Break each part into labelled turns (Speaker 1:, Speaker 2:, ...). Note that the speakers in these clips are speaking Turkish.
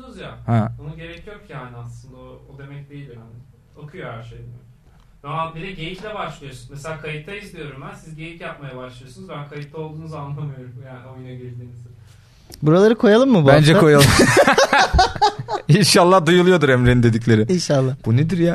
Speaker 1: konuşuyoruz ya.
Speaker 2: Ha.
Speaker 1: Buna gerek yok yani aslında. O, o demek değil yani. Okuyor her şeyi. Ama bir de geyikle başlıyorsun. Mesela kayıtta izliyorum ben. Siz geyik yapmaya başlıyorsunuz. Ben kayıtta olduğunuzu anlamıyorum yani oyuna girdiğinizi.
Speaker 3: Buraları koyalım mı bu
Speaker 2: Bence
Speaker 3: hafta?
Speaker 2: koyalım. İnşallah duyuluyordur Emre'nin dedikleri.
Speaker 3: İnşallah.
Speaker 2: Bu nedir ya?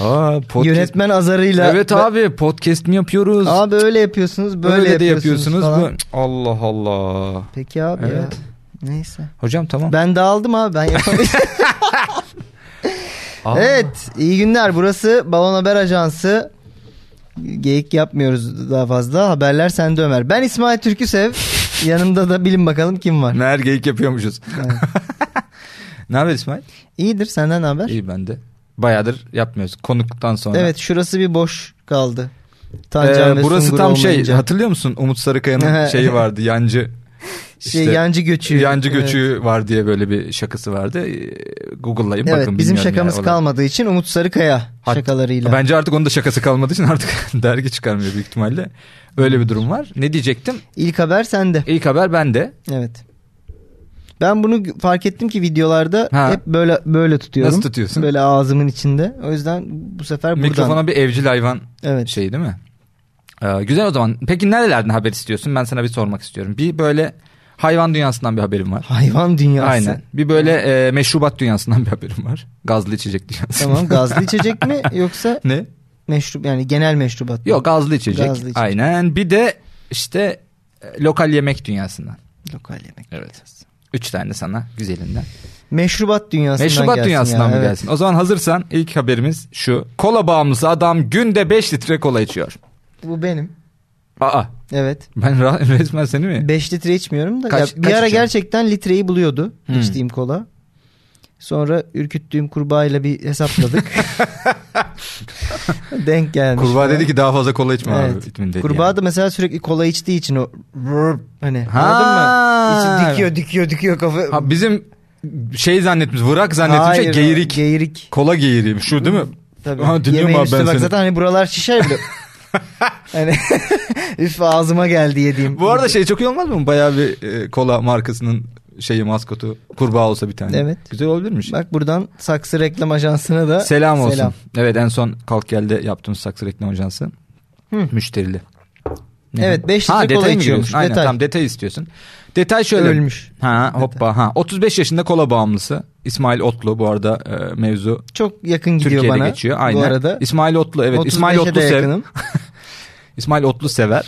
Speaker 2: Aa podcast.
Speaker 3: Yönetmen azarıyla.
Speaker 2: Evet
Speaker 3: Be-
Speaker 2: abi podcast mi yapıyoruz?
Speaker 3: Abi öyle yapıyorsunuz böyle
Speaker 2: Böyle de
Speaker 3: yapıyorsunuz,
Speaker 2: yapıyorsunuz.
Speaker 3: falan.
Speaker 2: Bu... Allah Allah.
Speaker 3: Peki abi ya.
Speaker 2: Evet.
Speaker 3: Neyse.
Speaker 2: Hocam tamam.
Speaker 3: Ben dağıldım abi ben yapamayacağım.
Speaker 2: Aa.
Speaker 3: evet iyi günler burası Balon Haber Ajansı. Geyik yapmıyoruz daha fazla. Haberler sende Ömer. Ben İsmail Türküsev. Yanımda da bilin bakalım kim var.
Speaker 2: Meğer geyik yapıyormuşuz.
Speaker 3: Evet.
Speaker 2: Ne haber İsmail?
Speaker 3: İyidir senden ne haber?
Speaker 2: İyi ben de. Bayağıdır yapmıyoruz. Konuktan sonra.
Speaker 3: Evet şurası bir boş kaldı.
Speaker 2: Ee,
Speaker 3: Tancan ve
Speaker 2: burası
Speaker 3: Sungur
Speaker 2: tam şey
Speaker 3: olmayınca.
Speaker 2: hatırlıyor musun Umut Sarıkaya'nın şeyi vardı yancı
Speaker 3: şey
Speaker 2: işte,
Speaker 3: yancı göçüğü.
Speaker 2: yancı
Speaker 3: Evet.
Speaker 2: göçüğü var diye böyle bir şakası vardı. Ee, Google'layın
Speaker 3: Evet,
Speaker 2: bakın
Speaker 3: bizim
Speaker 2: bilmiyorum
Speaker 3: şakamız
Speaker 2: yani.
Speaker 3: kalmadığı için Umut Sarıkaya
Speaker 2: Hat-
Speaker 3: şakalarıyla.
Speaker 2: Bence artık onun da şakası kalmadığı için artık dergi çıkarmıyor büyük ihtimalle. Öyle bir durum var. Ne diyecektim?
Speaker 3: İlk haber sende.
Speaker 2: İlk haber bende.
Speaker 3: Evet. Ben bunu g- fark ettim ki videolarda
Speaker 2: Ha.
Speaker 3: hep böyle böyle tutuyorum.
Speaker 2: Nasıl tutuyorsun?
Speaker 3: Böyle ağzımın içinde. O yüzden bu sefer buradan.
Speaker 2: Mikrofona bir evcil hayvan
Speaker 3: Evet.
Speaker 2: şey değil mi? Ee, güzel o zaman. Peki nerelerden haber istiyorsun? Ben sana bir sormak istiyorum. Bir böyle hayvan dünyasından bir haberim var.
Speaker 3: Hayvan dünyası.
Speaker 2: Aynen. Bir böyle e, meşrubat dünyasından bir haberim var. Gazlı içecek dünyası.
Speaker 3: Tamam gazlı içecek mi yoksa
Speaker 2: ne?
Speaker 3: meşrup yani genel meşrubat mı?
Speaker 2: Yok gazlı içecek.
Speaker 3: Gazlı içecek.
Speaker 2: Aynen. Bir de işte e, lokal yemek dünyasından.
Speaker 3: Lokal yemek.
Speaker 2: Evet. Üç tane sana güzelinden.
Speaker 3: Meşrubat dünyasından
Speaker 2: Meşrubat
Speaker 3: gelsin
Speaker 2: dünyasından
Speaker 3: ya,
Speaker 2: mı
Speaker 3: evet.
Speaker 2: gelsin? O zaman hazırsan ilk haberimiz şu. Kola bağımlısı adam günde 5 litre kola içiyor.
Speaker 3: Bu benim.
Speaker 2: Aa
Speaker 3: Evet.
Speaker 2: ben ra- resmen seni mi?
Speaker 3: 5 litre içmiyorum da.
Speaker 2: Kaç-
Speaker 3: ya bir
Speaker 2: kaç
Speaker 3: ara
Speaker 2: içiyorsun?
Speaker 3: gerçekten litreyi buluyordu
Speaker 2: Hmm.
Speaker 3: içtiğim kola. Sonra ürküttüğüm kurbağayla bir hesapladık. Denk gelmiş.
Speaker 2: Kurbağa
Speaker 3: falan.
Speaker 2: dedi ki daha fazla kola içme
Speaker 3: Evet.
Speaker 2: abi. Bitmin dedi
Speaker 3: Kurbağa
Speaker 2: yani.
Speaker 3: da mesela sürekli kola içtiği için o hani
Speaker 2: Ha.
Speaker 3: anladın mı? İçi dikiyor dikiyor dikiyor kafa.
Speaker 2: Ha, bizim şey zannetmiş, vırak zannetmiş
Speaker 3: Hayır,
Speaker 2: şey, geyirik.
Speaker 3: Geyirik.
Speaker 2: kola geyiğiriymiş şu değil mi?
Speaker 3: Tabii.
Speaker 2: Ha, dinliyorum
Speaker 3: Yemeğin
Speaker 2: abi
Speaker 3: üstüne
Speaker 2: ben
Speaker 3: bak
Speaker 2: seni.
Speaker 3: zaten hani buralar şişer bile. hani üf ağzıma geldi yediğim.
Speaker 2: Bu arada şey çok iyi olmaz mı? Bayağı bir e, kola markasının şeyi maskotu kurbağa olsa bir tane.
Speaker 3: Evet.
Speaker 2: Güzel şey? olabilirmiş.
Speaker 3: Bak buradan Saksı Reklam Ajansı'na da
Speaker 2: Selam olsun. Evet en son kalk geldi yaptığımız saksı reklam ajansı.
Speaker 3: Hı.
Speaker 2: Müşterili.
Speaker 3: Evet, beş
Speaker 2: Ha,
Speaker 3: litre
Speaker 2: detaya
Speaker 3: kola
Speaker 2: mı
Speaker 3: içiyormuş.
Speaker 2: giriyorsun? Aynen
Speaker 3: Detay.
Speaker 2: tam detay istiyorsun. Detay şöyle.
Speaker 3: Ölmüş.
Speaker 2: Ha hoppa ha. 35 yaşında kola bağımlısı. İsmail Otlu bu arada e, mevzu
Speaker 3: Çok yakın gidiyor
Speaker 2: Türkiye'de
Speaker 3: bana.
Speaker 2: geçiyor. Aynen.
Speaker 3: Bu arada.
Speaker 2: İsmail Otlu evet. İsmail
Speaker 3: 35'e de
Speaker 2: Otlu sev.
Speaker 3: yakınım.
Speaker 2: İsmail Otlu sever.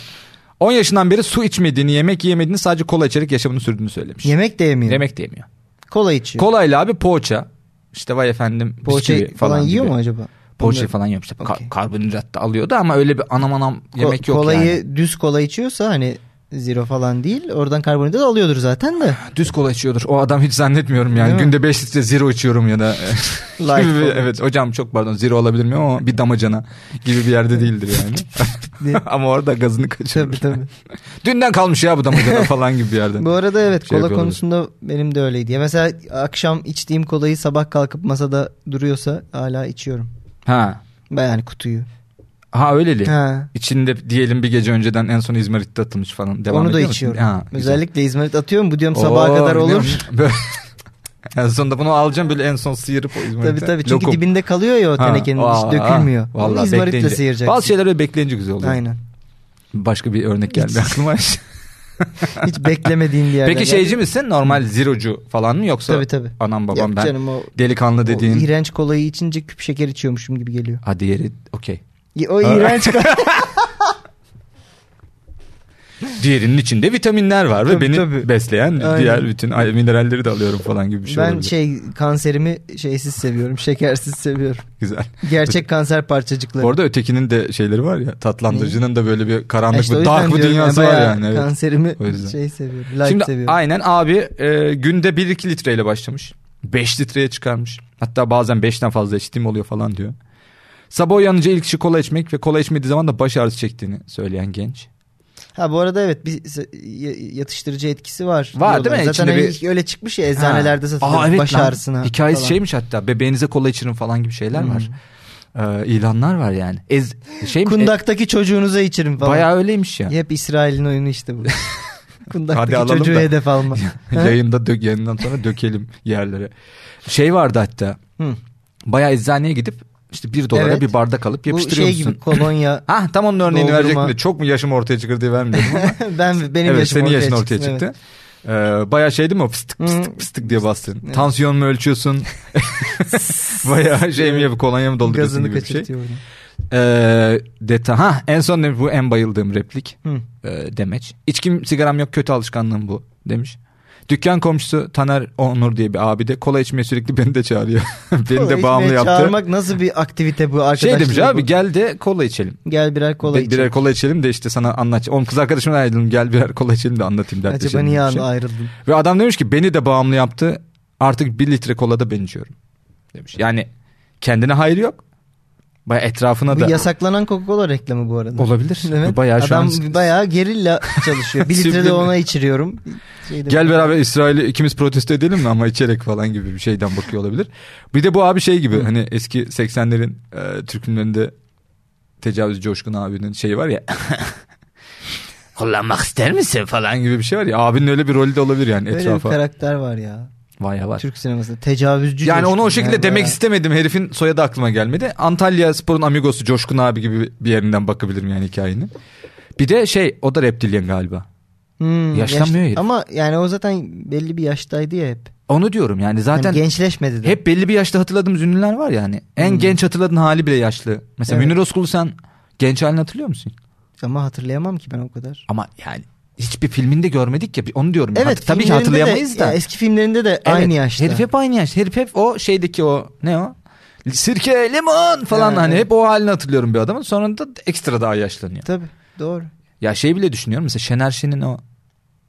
Speaker 2: 10 yaşından beri su içmediğini, yemek yemediğini sadece kola içerek yaşamını sürdüğünü söylemiş.
Speaker 3: Yemek de yemiyor.
Speaker 2: Yemek de yemiyor.
Speaker 3: Kola içiyor.
Speaker 2: Kolayla abi poğaça. İşte vay efendim
Speaker 3: Poğaça
Speaker 2: bisküvi
Speaker 3: falan,
Speaker 2: gibi.
Speaker 3: yiyor mu acaba?
Speaker 2: Poğaça
Speaker 3: Bilmiyorum.
Speaker 2: falan yemiş. Tabii
Speaker 3: Okey.
Speaker 2: Ka- karbonhidrat da alıyordu ama öyle bir anam anam yemek
Speaker 3: Ko-
Speaker 2: yok
Speaker 3: kolayı,
Speaker 2: yani.
Speaker 3: düz kola içiyorsa hani zero falan değil. Oradan karbonhidrat alıyordur zaten de.
Speaker 2: Düz kola içiyordur. O adam hiç zannetmiyorum
Speaker 3: Değil
Speaker 2: yani.
Speaker 3: mi?
Speaker 2: Günde 5 litre zero içiyorum ya da.
Speaker 3: Light
Speaker 2: gibi bir-
Speaker 3: kola.
Speaker 2: evet hocam çok pardon zero olabilir miyim ama bir damacana gibi bir yerde değildir yani.
Speaker 3: Diye.
Speaker 2: ama orada gazını kaçırır.
Speaker 3: Tabii tabii.
Speaker 2: Dünden kalmış ya bu damacana falan gibi bir yerden.
Speaker 3: Bu arada evet
Speaker 2: Şey
Speaker 3: kola
Speaker 2: yapıyorlar.
Speaker 3: konusunda benim de öyleydi. Ya mesela akşam içtiğim kolayı sabah kalkıp masada duruyorsa hala içiyorum.
Speaker 2: Ha.
Speaker 3: Ben yani kutuyu.
Speaker 2: Ha öyleli.
Speaker 3: Ha.
Speaker 2: İçinde diyelim bir gece önceden en son İzmir'de atılmış falan. Devam
Speaker 3: Onu da
Speaker 2: ediyor musun?
Speaker 3: içiyorum.
Speaker 2: Ha, güzel.
Speaker 3: Özellikle İzmir'de atıyorum. Bu diyorum sabaha
Speaker 2: Oo,
Speaker 3: kadar
Speaker 2: biliyor
Speaker 3: olur.
Speaker 2: musun? Böyle- en sonunda bunu alacağım böyle en son sıyırıp o İzmir'de.
Speaker 3: Tabii tabii. Çünkü
Speaker 2: lokum.
Speaker 3: dibinde kalıyor ya o
Speaker 2: Ha,
Speaker 3: tenekenin.
Speaker 2: aa,
Speaker 3: hiç dökülmüyor.
Speaker 2: aa,
Speaker 3: Onu
Speaker 2: Vallahi
Speaker 3: izmaritle
Speaker 2: bekleyince.
Speaker 3: sıyıracaksın.
Speaker 2: Bazı şeyler öyle bekleyince güzel oluyor.
Speaker 3: Aynen.
Speaker 2: Başka bir örnek geldi aklıma.
Speaker 3: Hiç beklemediğin bir yerden.
Speaker 2: Peki
Speaker 3: geldi.
Speaker 2: şeyci misin? Normal zirocu falan mı yoksa
Speaker 3: Tabii tabii.
Speaker 2: anam babam
Speaker 3: Yok
Speaker 2: ben
Speaker 3: canım o
Speaker 2: delikanlı dediğin.
Speaker 3: O iğrenç kolayı içince küp şeker içiyormuşum gibi geliyor.
Speaker 2: Ha diğeri okey.
Speaker 3: O iğrenç kola.
Speaker 2: Diğerinin içinde vitaminler var ve
Speaker 3: Tabii,
Speaker 2: beni
Speaker 3: tabii.
Speaker 2: besleyen
Speaker 3: Aynen.
Speaker 2: diğer bütün ay- mineralleri de alıyorum falan gibi bir şey
Speaker 3: ben
Speaker 2: olabilir.
Speaker 3: şey kanserimi şeysiz seviyorum. Şekersiz seviyorum.
Speaker 2: Güzel.
Speaker 3: Gerçek kanser parçacıkları.
Speaker 2: Bu arada ötekinin de şeyleri var ya tatlandırıcının da böyle bir
Speaker 3: Ya
Speaker 2: karanlık
Speaker 3: E işte o
Speaker 2: bir
Speaker 3: yüzden
Speaker 2: dark bir
Speaker 3: diyorum
Speaker 2: dünyası
Speaker 3: ya,
Speaker 2: var
Speaker 3: bayağı
Speaker 2: yani. Evet.
Speaker 3: Kanserimi
Speaker 2: O yüzden.
Speaker 3: şey seviyorum. Light
Speaker 2: Şimdi
Speaker 3: seviyorum.
Speaker 2: aynen abi e, günde 1-2 litreyle başlamış. 5 litreye çıkarmış. Hatta bazen 5'ten fazla içtiğim oluyor falan diyor. Sabah uyanınca ilk işi kola içmek ve kola içmediği zaman da baş ağrısı çektiğini söyleyen genç.
Speaker 3: Ha bu arada evet bir se- y- yatıştırıcı etkisi var.
Speaker 2: Var değil mi?
Speaker 3: Diyorlar. Zaten
Speaker 2: İçinde
Speaker 3: hani
Speaker 2: bir-
Speaker 3: ilk öyle çıkmış ya eczanelerde satılıyor.
Speaker 2: Aa, evet
Speaker 3: baş
Speaker 2: lan.
Speaker 3: ağrısına.
Speaker 2: Hikayesi şey
Speaker 3: falan.
Speaker 2: şeymiş hatta bebeğinize kola içirin falan gibi şeyler var.
Speaker 3: Hmm.
Speaker 2: Ee, ilanlar var yani. Ez, şeymiş, e,
Speaker 3: Kundaktaki çocuğunuza içirim falan.
Speaker 2: bayağı öyleymiş ya.
Speaker 3: Hep İsrail'in oyunu işte bu.
Speaker 2: Hadi
Speaker 3: Kundaktaki
Speaker 2: alalım
Speaker 3: çocuğu
Speaker 2: da.
Speaker 3: hedef alma.
Speaker 2: Yayında dök, yayından sonra dökelim yerlere. Şey vardı hatta.
Speaker 3: Hı.
Speaker 2: Bayağı eczaneye gidip işte bir dolara
Speaker 3: Evet.
Speaker 2: bir bardak alıp
Speaker 3: Bu
Speaker 2: yapıştırıyor
Speaker 3: şey
Speaker 2: musun?
Speaker 3: gibi kolonya.
Speaker 2: Ha tam onun örneğini
Speaker 3: Doldurma.
Speaker 2: verecektim de çok mu yaşım ortaya çıkır diye vermiyorum.
Speaker 3: ben benim
Speaker 2: evet
Speaker 3: yaşım
Speaker 2: senin
Speaker 3: ortaya
Speaker 2: yaşın
Speaker 3: çıksın,
Speaker 2: ortaya
Speaker 3: evet.
Speaker 2: çıktı. Ee, bayağı şey değil mi o fıstık
Speaker 3: Hı.
Speaker 2: fıstık fıstık diye bastın.
Speaker 3: Evet.
Speaker 2: Tansiyon mu ölçüyorsun? bayağı şey mi yapıp kolonya mı dolduruyorsun
Speaker 3: Gazını
Speaker 2: gibi bir şey.
Speaker 3: kaçırtıyor. orada.
Speaker 2: Ee, deta ha en son ne- bu en bayıldığım replik
Speaker 3: Hı.
Speaker 2: Ee, demeç. İçkim sigaram yok kötü alışkanlığım bu demiş. Dükkan komşusu Taner Onur diye bir abi de kola içmeye sürekli beni de çağırıyor. beni de
Speaker 3: Kola
Speaker 2: bağımlı
Speaker 3: içmeye
Speaker 2: yaptı.
Speaker 3: Çağırmak nasıl bir aktivite bu arkadaşlar?
Speaker 2: şey demiş abi gel de kola içelim.
Speaker 3: Gel birer kola
Speaker 2: Be-
Speaker 3: iç.
Speaker 2: Birer kola içelim de işte sana anlat. Oğlum kız arkadaşımla ayrıldım gel birer kola içelim de anlatayım dertleşelim.
Speaker 3: Acaba niye
Speaker 2: gibi bir şey.
Speaker 3: ayrıldın?
Speaker 2: Ve adam demiş ki beni de bağımlı yaptı. Artık bir litre kola da ben içiyorum. Demiş. Yani kendine hayır yok. Baya etrafına
Speaker 3: Bu
Speaker 2: da
Speaker 3: yasaklanan Coca-Cola reklamı bu arada.
Speaker 2: olabilir.
Speaker 3: Evet.
Speaker 2: Bayağı şu
Speaker 3: Adam
Speaker 2: an
Speaker 3: bayağı gerilla çalışıyor. Bir litre de
Speaker 2: Süblim.
Speaker 3: ona içiriyorum. Şey de-
Speaker 2: Gel beraber İsrail'i ikimiz protesto edelim mi ama içerek falan gibi bir şeyden bakıyor olabilir. Bir de bu abi şey gibi hani eski 80'lerin e, Türk filmlerinde tecavüz coşkun abinin şeyi var ya. Kullanmak ister misin falan gibi bir şey var ya. Abinin öyle bir rolü de olabilir yani
Speaker 3: Böyle bir
Speaker 2: etrafa.
Speaker 3: karakter var ya.
Speaker 2: Bayağı var.
Speaker 3: Türk sinemasında tecavüzcü.
Speaker 2: Yani onu o
Speaker 3: coşkun
Speaker 2: şekilde
Speaker 3: yani
Speaker 2: demek
Speaker 3: bayağı.
Speaker 2: istemedim. Herifin soyadı aklıma gelmedi. Antalya Spor'un amigosu Coşkun abi gibi bir yerinden bakabilirim yani hikayenin. Bir de şey o da reptilyen galiba.
Speaker 3: Hmm,
Speaker 2: Yaşlanmıyor
Speaker 3: yaş-
Speaker 2: herif.
Speaker 3: Ama yani o zaten belli bir yaştaydı ya hep.
Speaker 2: Onu diyorum yani
Speaker 3: Yani
Speaker 2: zaten
Speaker 3: gençleşmedi de.
Speaker 2: hep belli bir yaşta hatırladığımız ünlüler var ya hani. En
Speaker 3: Hmm.
Speaker 2: genç hatırladığın hali bile yaşlı. Mesela
Speaker 3: Evet.
Speaker 2: Münir Özkul sen genç halini hatırlıyor musun?
Speaker 3: Ama hatırlayamam ki ben o kadar.
Speaker 2: Ama yani hiçbir filminde görmedik ya onu diyorum. ya.
Speaker 3: Evet.
Speaker 2: Hat- tabii ki
Speaker 3: filmlerinde de-
Speaker 2: hatırlayamayız da.
Speaker 3: ya eski filmlerinde de
Speaker 2: Evet,
Speaker 3: aynı yaşta.
Speaker 2: Herif hep aynı yaş. Herif hep o şeydeki o ne o? Sirke, limon falan
Speaker 3: Evet,
Speaker 2: hani
Speaker 3: evet.
Speaker 2: hep o halini hatırlıyorum bir adamın. Sonra da ekstra daha yaşlanıyor.
Speaker 3: Tabii doğru.
Speaker 2: Ya şey bile düşünüyorum mesela Şener Şen'in o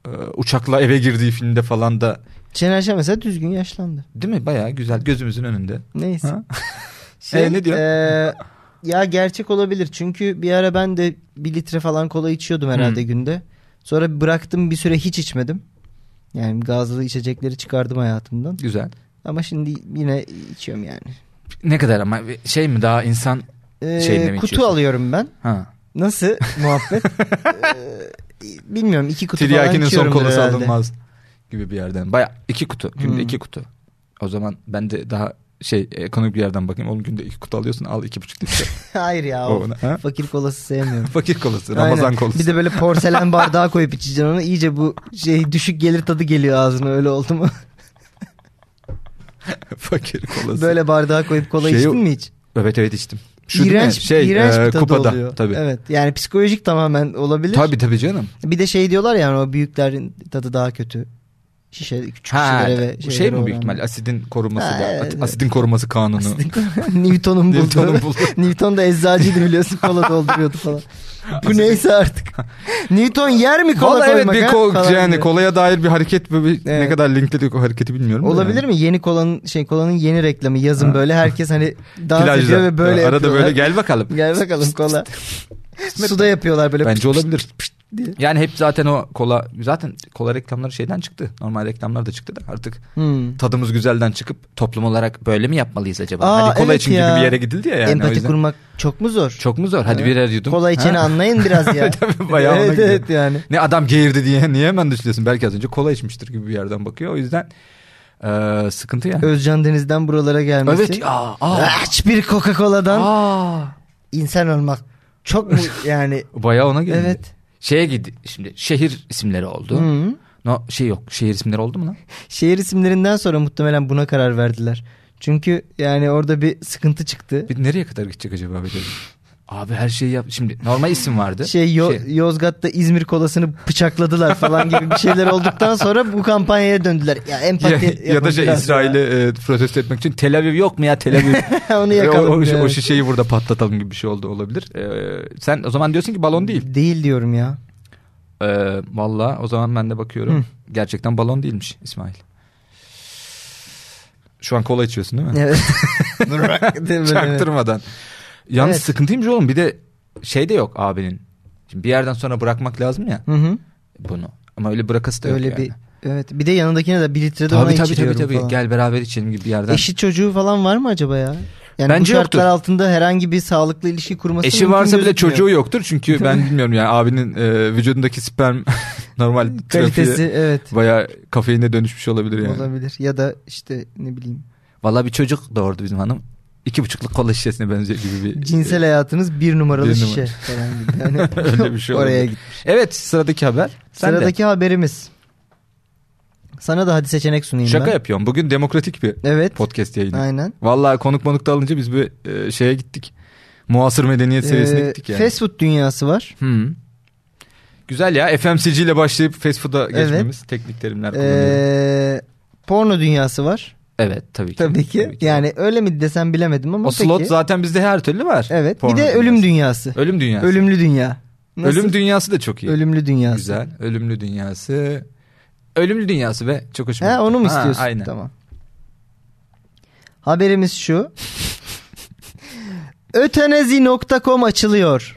Speaker 2: e, uçakla eve girdiği filmde falan da
Speaker 3: Şener Şen mesela düzgün yaşlandı.
Speaker 2: değil mi? Bayağı güzel gözümüzün önünde.
Speaker 3: Neyse.
Speaker 2: Ha? E, ne diyor?
Speaker 3: e, ya gerçek olabilir. Çünkü bir ara ben de bir litre falan kola içiyordum herhalde
Speaker 2: Hmm.
Speaker 3: günde. Sonra bıraktım bir süre hiç içmedim. Yani gazlı içecekleri çıkardım hayatımdan.
Speaker 2: Güzel.
Speaker 3: Ama şimdi yine içiyorum yani.
Speaker 2: Ne kadar ama şey mi daha insan
Speaker 3: E,
Speaker 2: Şeyle mi
Speaker 3: kutu
Speaker 2: içiyorsun?
Speaker 3: alıyorum ben.
Speaker 2: ha.
Speaker 3: Nasıl muhabbet? E, bilmiyorum iki kutu
Speaker 2: Tiryaki'nin
Speaker 3: falan
Speaker 2: son
Speaker 3: içiyorumdur
Speaker 2: kolası
Speaker 3: herhalde.
Speaker 2: alınmaz gibi bir yerden. Bayağı iki kutu. Günde
Speaker 3: Hmm.
Speaker 2: iki kutu. O zaman ben de daha şey ekonomik bir yerden bakayım. Oğlum günde iki kutu alıyorsun al iki buçuk litre.
Speaker 3: Hayır ya.
Speaker 2: O
Speaker 3: o
Speaker 2: ona, ha?
Speaker 3: Fakir kolası sevmiyorum.
Speaker 2: Fakir kolası,
Speaker 3: Aynen.
Speaker 2: Ramazan kolası.
Speaker 3: Bir de böyle porselen bardağa koyup içeceksin onu. İyice bu şey düşük gelir tadı geliyor ağzına öyle oldu mu?
Speaker 2: Fakir kolası.
Speaker 3: Böyle bardağa koyup kola
Speaker 2: Şey-
Speaker 3: içtin mi hiç?
Speaker 2: Evet evet içtim. Şu değil mi?
Speaker 3: iğrenç,
Speaker 2: şey
Speaker 3: iğrenç
Speaker 2: e,
Speaker 3: bir tadı
Speaker 2: kupada
Speaker 3: oluyor.
Speaker 2: tabii.
Speaker 3: Evet. Yani psikolojik tamamen olabilir.
Speaker 2: Tabii tabii canım.
Speaker 3: Bir de şey diyorlar yani o büyüklerin tadı daha kötü. Şişe küçük
Speaker 2: Ha,
Speaker 3: şişelere ve
Speaker 2: bu şey
Speaker 3: şeylere
Speaker 2: mi
Speaker 3: oranla.
Speaker 2: büyük ihtimal asidin koruması
Speaker 3: Ha,
Speaker 2: da
Speaker 3: evet,
Speaker 2: at-
Speaker 3: evet.
Speaker 2: asidin koruması kanunu.
Speaker 3: Newton'un bulduğu.
Speaker 2: Newton'un buldu.
Speaker 3: Newton da eczacıydı biliyorsun kola dolduruyordu falan. Bu neyse artık. Newton yer mi kola
Speaker 2: Valla evet
Speaker 3: koymak
Speaker 2: bir
Speaker 3: ha?
Speaker 2: ko-
Speaker 3: falan
Speaker 2: yani
Speaker 3: diyor.
Speaker 2: kolaya dair bir hareket ve bir- ne
Speaker 3: Evet.
Speaker 2: kadar linkledik o hareketi bilmiyorum. da
Speaker 3: Olabilir
Speaker 2: yani.
Speaker 3: mi? Yeni kolanın şey kolanın yeni reklamı yazın
Speaker 2: Ha.
Speaker 3: böyle herkes hani dans ediyor ve böyle
Speaker 2: Arada
Speaker 3: yapıyorlar.
Speaker 2: böyle gel bakalım.
Speaker 3: Gel bakalım kola. Suda yapıyorlar böyle.
Speaker 2: Bence olabilir.
Speaker 3: diye.
Speaker 2: Yani hep zaten o kola zaten kola reklamları şeyden çıktı. Normal reklamlar da çıktı da artık
Speaker 3: Hmm.
Speaker 2: tadımız güzelden çıkıp toplum olarak böyle mi yapmalıyız acaba?
Speaker 3: Aa,
Speaker 2: hani kola
Speaker 3: evet
Speaker 2: için
Speaker 3: ya.
Speaker 2: gibi bir yere gidildi ya yani o
Speaker 3: Empati
Speaker 2: yüzden.
Speaker 3: kurmak çok mu zor?
Speaker 2: Çok mu zor? Hadi
Speaker 3: Evet.
Speaker 2: birer yudum.
Speaker 3: Kola içeni
Speaker 2: Ha?
Speaker 3: anlayın biraz ya.
Speaker 2: Tabii bayağı ona
Speaker 3: evet
Speaker 2: gidiyor.
Speaker 3: evet yani.
Speaker 2: Ne adam geğirdi diye niye hemen düşünüyorsun? Belki az önce kola içmiştir gibi bir yerden bakıyor. O yüzden eee, sıkıntı yani.
Speaker 3: Özcan Deniz'den buralara gelmesi.
Speaker 2: Evet. Aa, aa,
Speaker 3: Aç bir Coca-Cola'dan
Speaker 2: aa.
Speaker 3: insan olmak çok mu yani?
Speaker 2: Bayağı ona geldi.
Speaker 3: evet. Hmm.
Speaker 2: Şeye gitti. Şimdi şehir isimleri oldu.
Speaker 3: Hı.
Speaker 2: No, şey yok. Şehir isimleri oldu mu lan?
Speaker 3: Şehir isimlerinden sonra muhtemelen buna karar verdiler. Çünkü yani orada bir sıkıntı çıktı.
Speaker 2: Bir nereye kadar gidecek acaba böyle? Abi her şeyi yap. Şimdi normal isim vardı.
Speaker 3: Şey, Yo-
Speaker 2: Şey.
Speaker 3: Yozgat'ta İzmir kolasını bıçakladılar falan gibi bir şeyler olduktan sonra bu kampanyaya döndüler. Ya
Speaker 2: Ya,
Speaker 3: empati
Speaker 2: ya da
Speaker 3: yapın
Speaker 2: şey
Speaker 3: biraz
Speaker 2: İsrail'i e, protesto etmek için Tel Aviv yok mu ya Tel Aviv?
Speaker 3: ya. Onu
Speaker 2: E, o,
Speaker 3: yakalım.
Speaker 2: o, o
Speaker 3: Evet.
Speaker 2: şişeyi burada patlatalım gibi bir şey oldu olabilir. E, sen o zaman diyorsun ki balon değil.
Speaker 3: Değil diyorum ya.
Speaker 2: Ee, Valla o zaman ben de bakıyorum.
Speaker 3: Hı.
Speaker 2: Gerçekten balon değilmiş İsmail. Şu an kola içiyorsun değil mi?
Speaker 3: Evet. Değil mi? Evet.
Speaker 2: Çaktırmadan. Yalnız
Speaker 3: Evet.
Speaker 2: sıkıntıymış oğlum. Bir de şey de yok abinin. Şimdi bir yerden sonra bırakmak lazım ya
Speaker 3: Hı hı.
Speaker 2: bunu. Ama öyle bırakası da
Speaker 3: Öyle
Speaker 2: yok
Speaker 3: bir
Speaker 2: yani.
Speaker 3: evet. Bir de yanındakine de bir litre de ona
Speaker 2: Tabii tabii tabii,
Speaker 3: içiriyorum
Speaker 2: tabii.
Speaker 3: falan.
Speaker 2: Gel beraber içelim gibi bir yerden.
Speaker 3: Eşi çocuğu falan var mı acaba ya? Yani
Speaker 2: Bence
Speaker 3: bu şartlar
Speaker 2: yoktur.
Speaker 3: altında herhangi bir sağlıklı ilişki kurması
Speaker 2: Eşi
Speaker 3: mümkün
Speaker 2: varsa bile
Speaker 3: gözükmüyor.
Speaker 2: çocuğu yoktur. Çünkü ben bilmiyorum yani abinin e, vücudundaki sperm normal
Speaker 3: Kalitesi
Speaker 2: trafiğe
Speaker 3: evet.
Speaker 2: bayağı kafeine dönüşmüş olabilir yani.
Speaker 3: Olabilir. Ya da işte ne bileyim.
Speaker 2: Valla bir çocuk doğurdu bizim hanım. İki buçukluk kola şişesine benziyor gibi bir
Speaker 3: Cinsel hayatınız bir numaralı
Speaker 2: Bir numara.
Speaker 3: şişe falan gibi. Yani
Speaker 2: Öyle bir şey
Speaker 3: oraya
Speaker 2: olabilir.
Speaker 3: git.
Speaker 2: Evet sıradaki haber. Sen de.
Speaker 3: Sıradaki haberimiz. Sana da hadi seçenek sunayım
Speaker 2: Şaka
Speaker 3: ben.
Speaker 2: yapıyorum. Bugün demokratik bir
Speaker 3: Evet.
Speaker 2: podcast yayını.
Speaker 3: Aynen.
Speaker 2: Vallahi konuk monuk da alınca biz bir e, şeye gittik. Muasır medeniyet seviyesine
Speaker 3: Ee,
Speaker 2: gittik yani.
Speaker 3: Fast food dünyası var.
Speaker 2: Hı. Güzel ya FMCG ile başlayıp fast food'a geçmemiz. Teknik terimler kullanıyorum.
Speaker 3: Ee, porno dünyası var.
Speaker 2: evet tabii ki.
Speaker 3: Tabii ki. Yani öyle mi desem bilemedim ama
Speaker 2: o
Speaker 3: peki.
Speaker 2: slot zaten bizde her türlü var.
Speaker 3: Evet.
Speaker 2: Porno
Speaker 3: bir de ölüm dünyası.
Speaker 2: Ölüm dünyası. Ölüm,
Speaker 3: Ölümlü dünya. Nasıl?
Speaker 2: dünyası da çok iyi.
Speaker 3: Ölümlü dünyası.
Speaker 2: Güzel. Ölümlü dünyası. Ölümlü dünyası be. Çok hoşuma
Speaker 3: He,
Speaker 2: gitti.
Speaker 3: onu mu
Speaker 2: Ha,
Speaker 3: istiyorsun?
Speaker 2: aynen.
Speaker 3: Tamam. Haberimiz şu. Ötenezi.com açılıyor.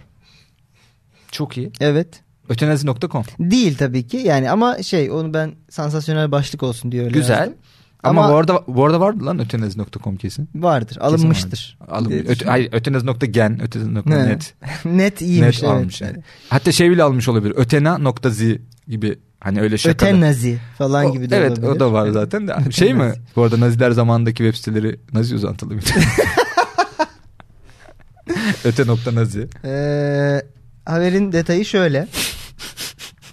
Speaker 2: Çok iyi.
Speaker 3: Evet.
Speaker 2: Ötenazi.com.
Speaker 3: Değil tabii ki. Yani ama şey onu ben sansasyonel başlık olsun diye öyle
Speaker 2: Güzel.
Speaker 3: yazdım.
Speaker 2: Ama,
Speaker 3: Ama-
Speaker 2: bu arada bu arada var mı lan ötenazi.com kesin?
Speaker 3: Vardır. Alınmıştır.
Speaker 2: Alın.
Speaker 3: Evet.
Speaker 2: Öte, hayır, ötenazi.gen, ötenazi.net.
Speaker 3: Net iyiymiş.
Speaker 2: Net
Speaker 3: evet.
Speaker 2: almış yani. Hatta şey bile almış olabilir. Ötena.zi gibi hani öyle şakalı.
Speaker 3: Ötenazi falan
Speaker 2: O-
Speaker 3: gibi de
Speaker 2: evet
Speaker 3: olabilir.
Speaker 2: o da var zaten de. Şey mi? Bu arada Naziler zamanındaki web siteleri Nazi uzantılı bir Öte nokta Nazi.
Speaker 3: Ee, haberin detayı şöyle.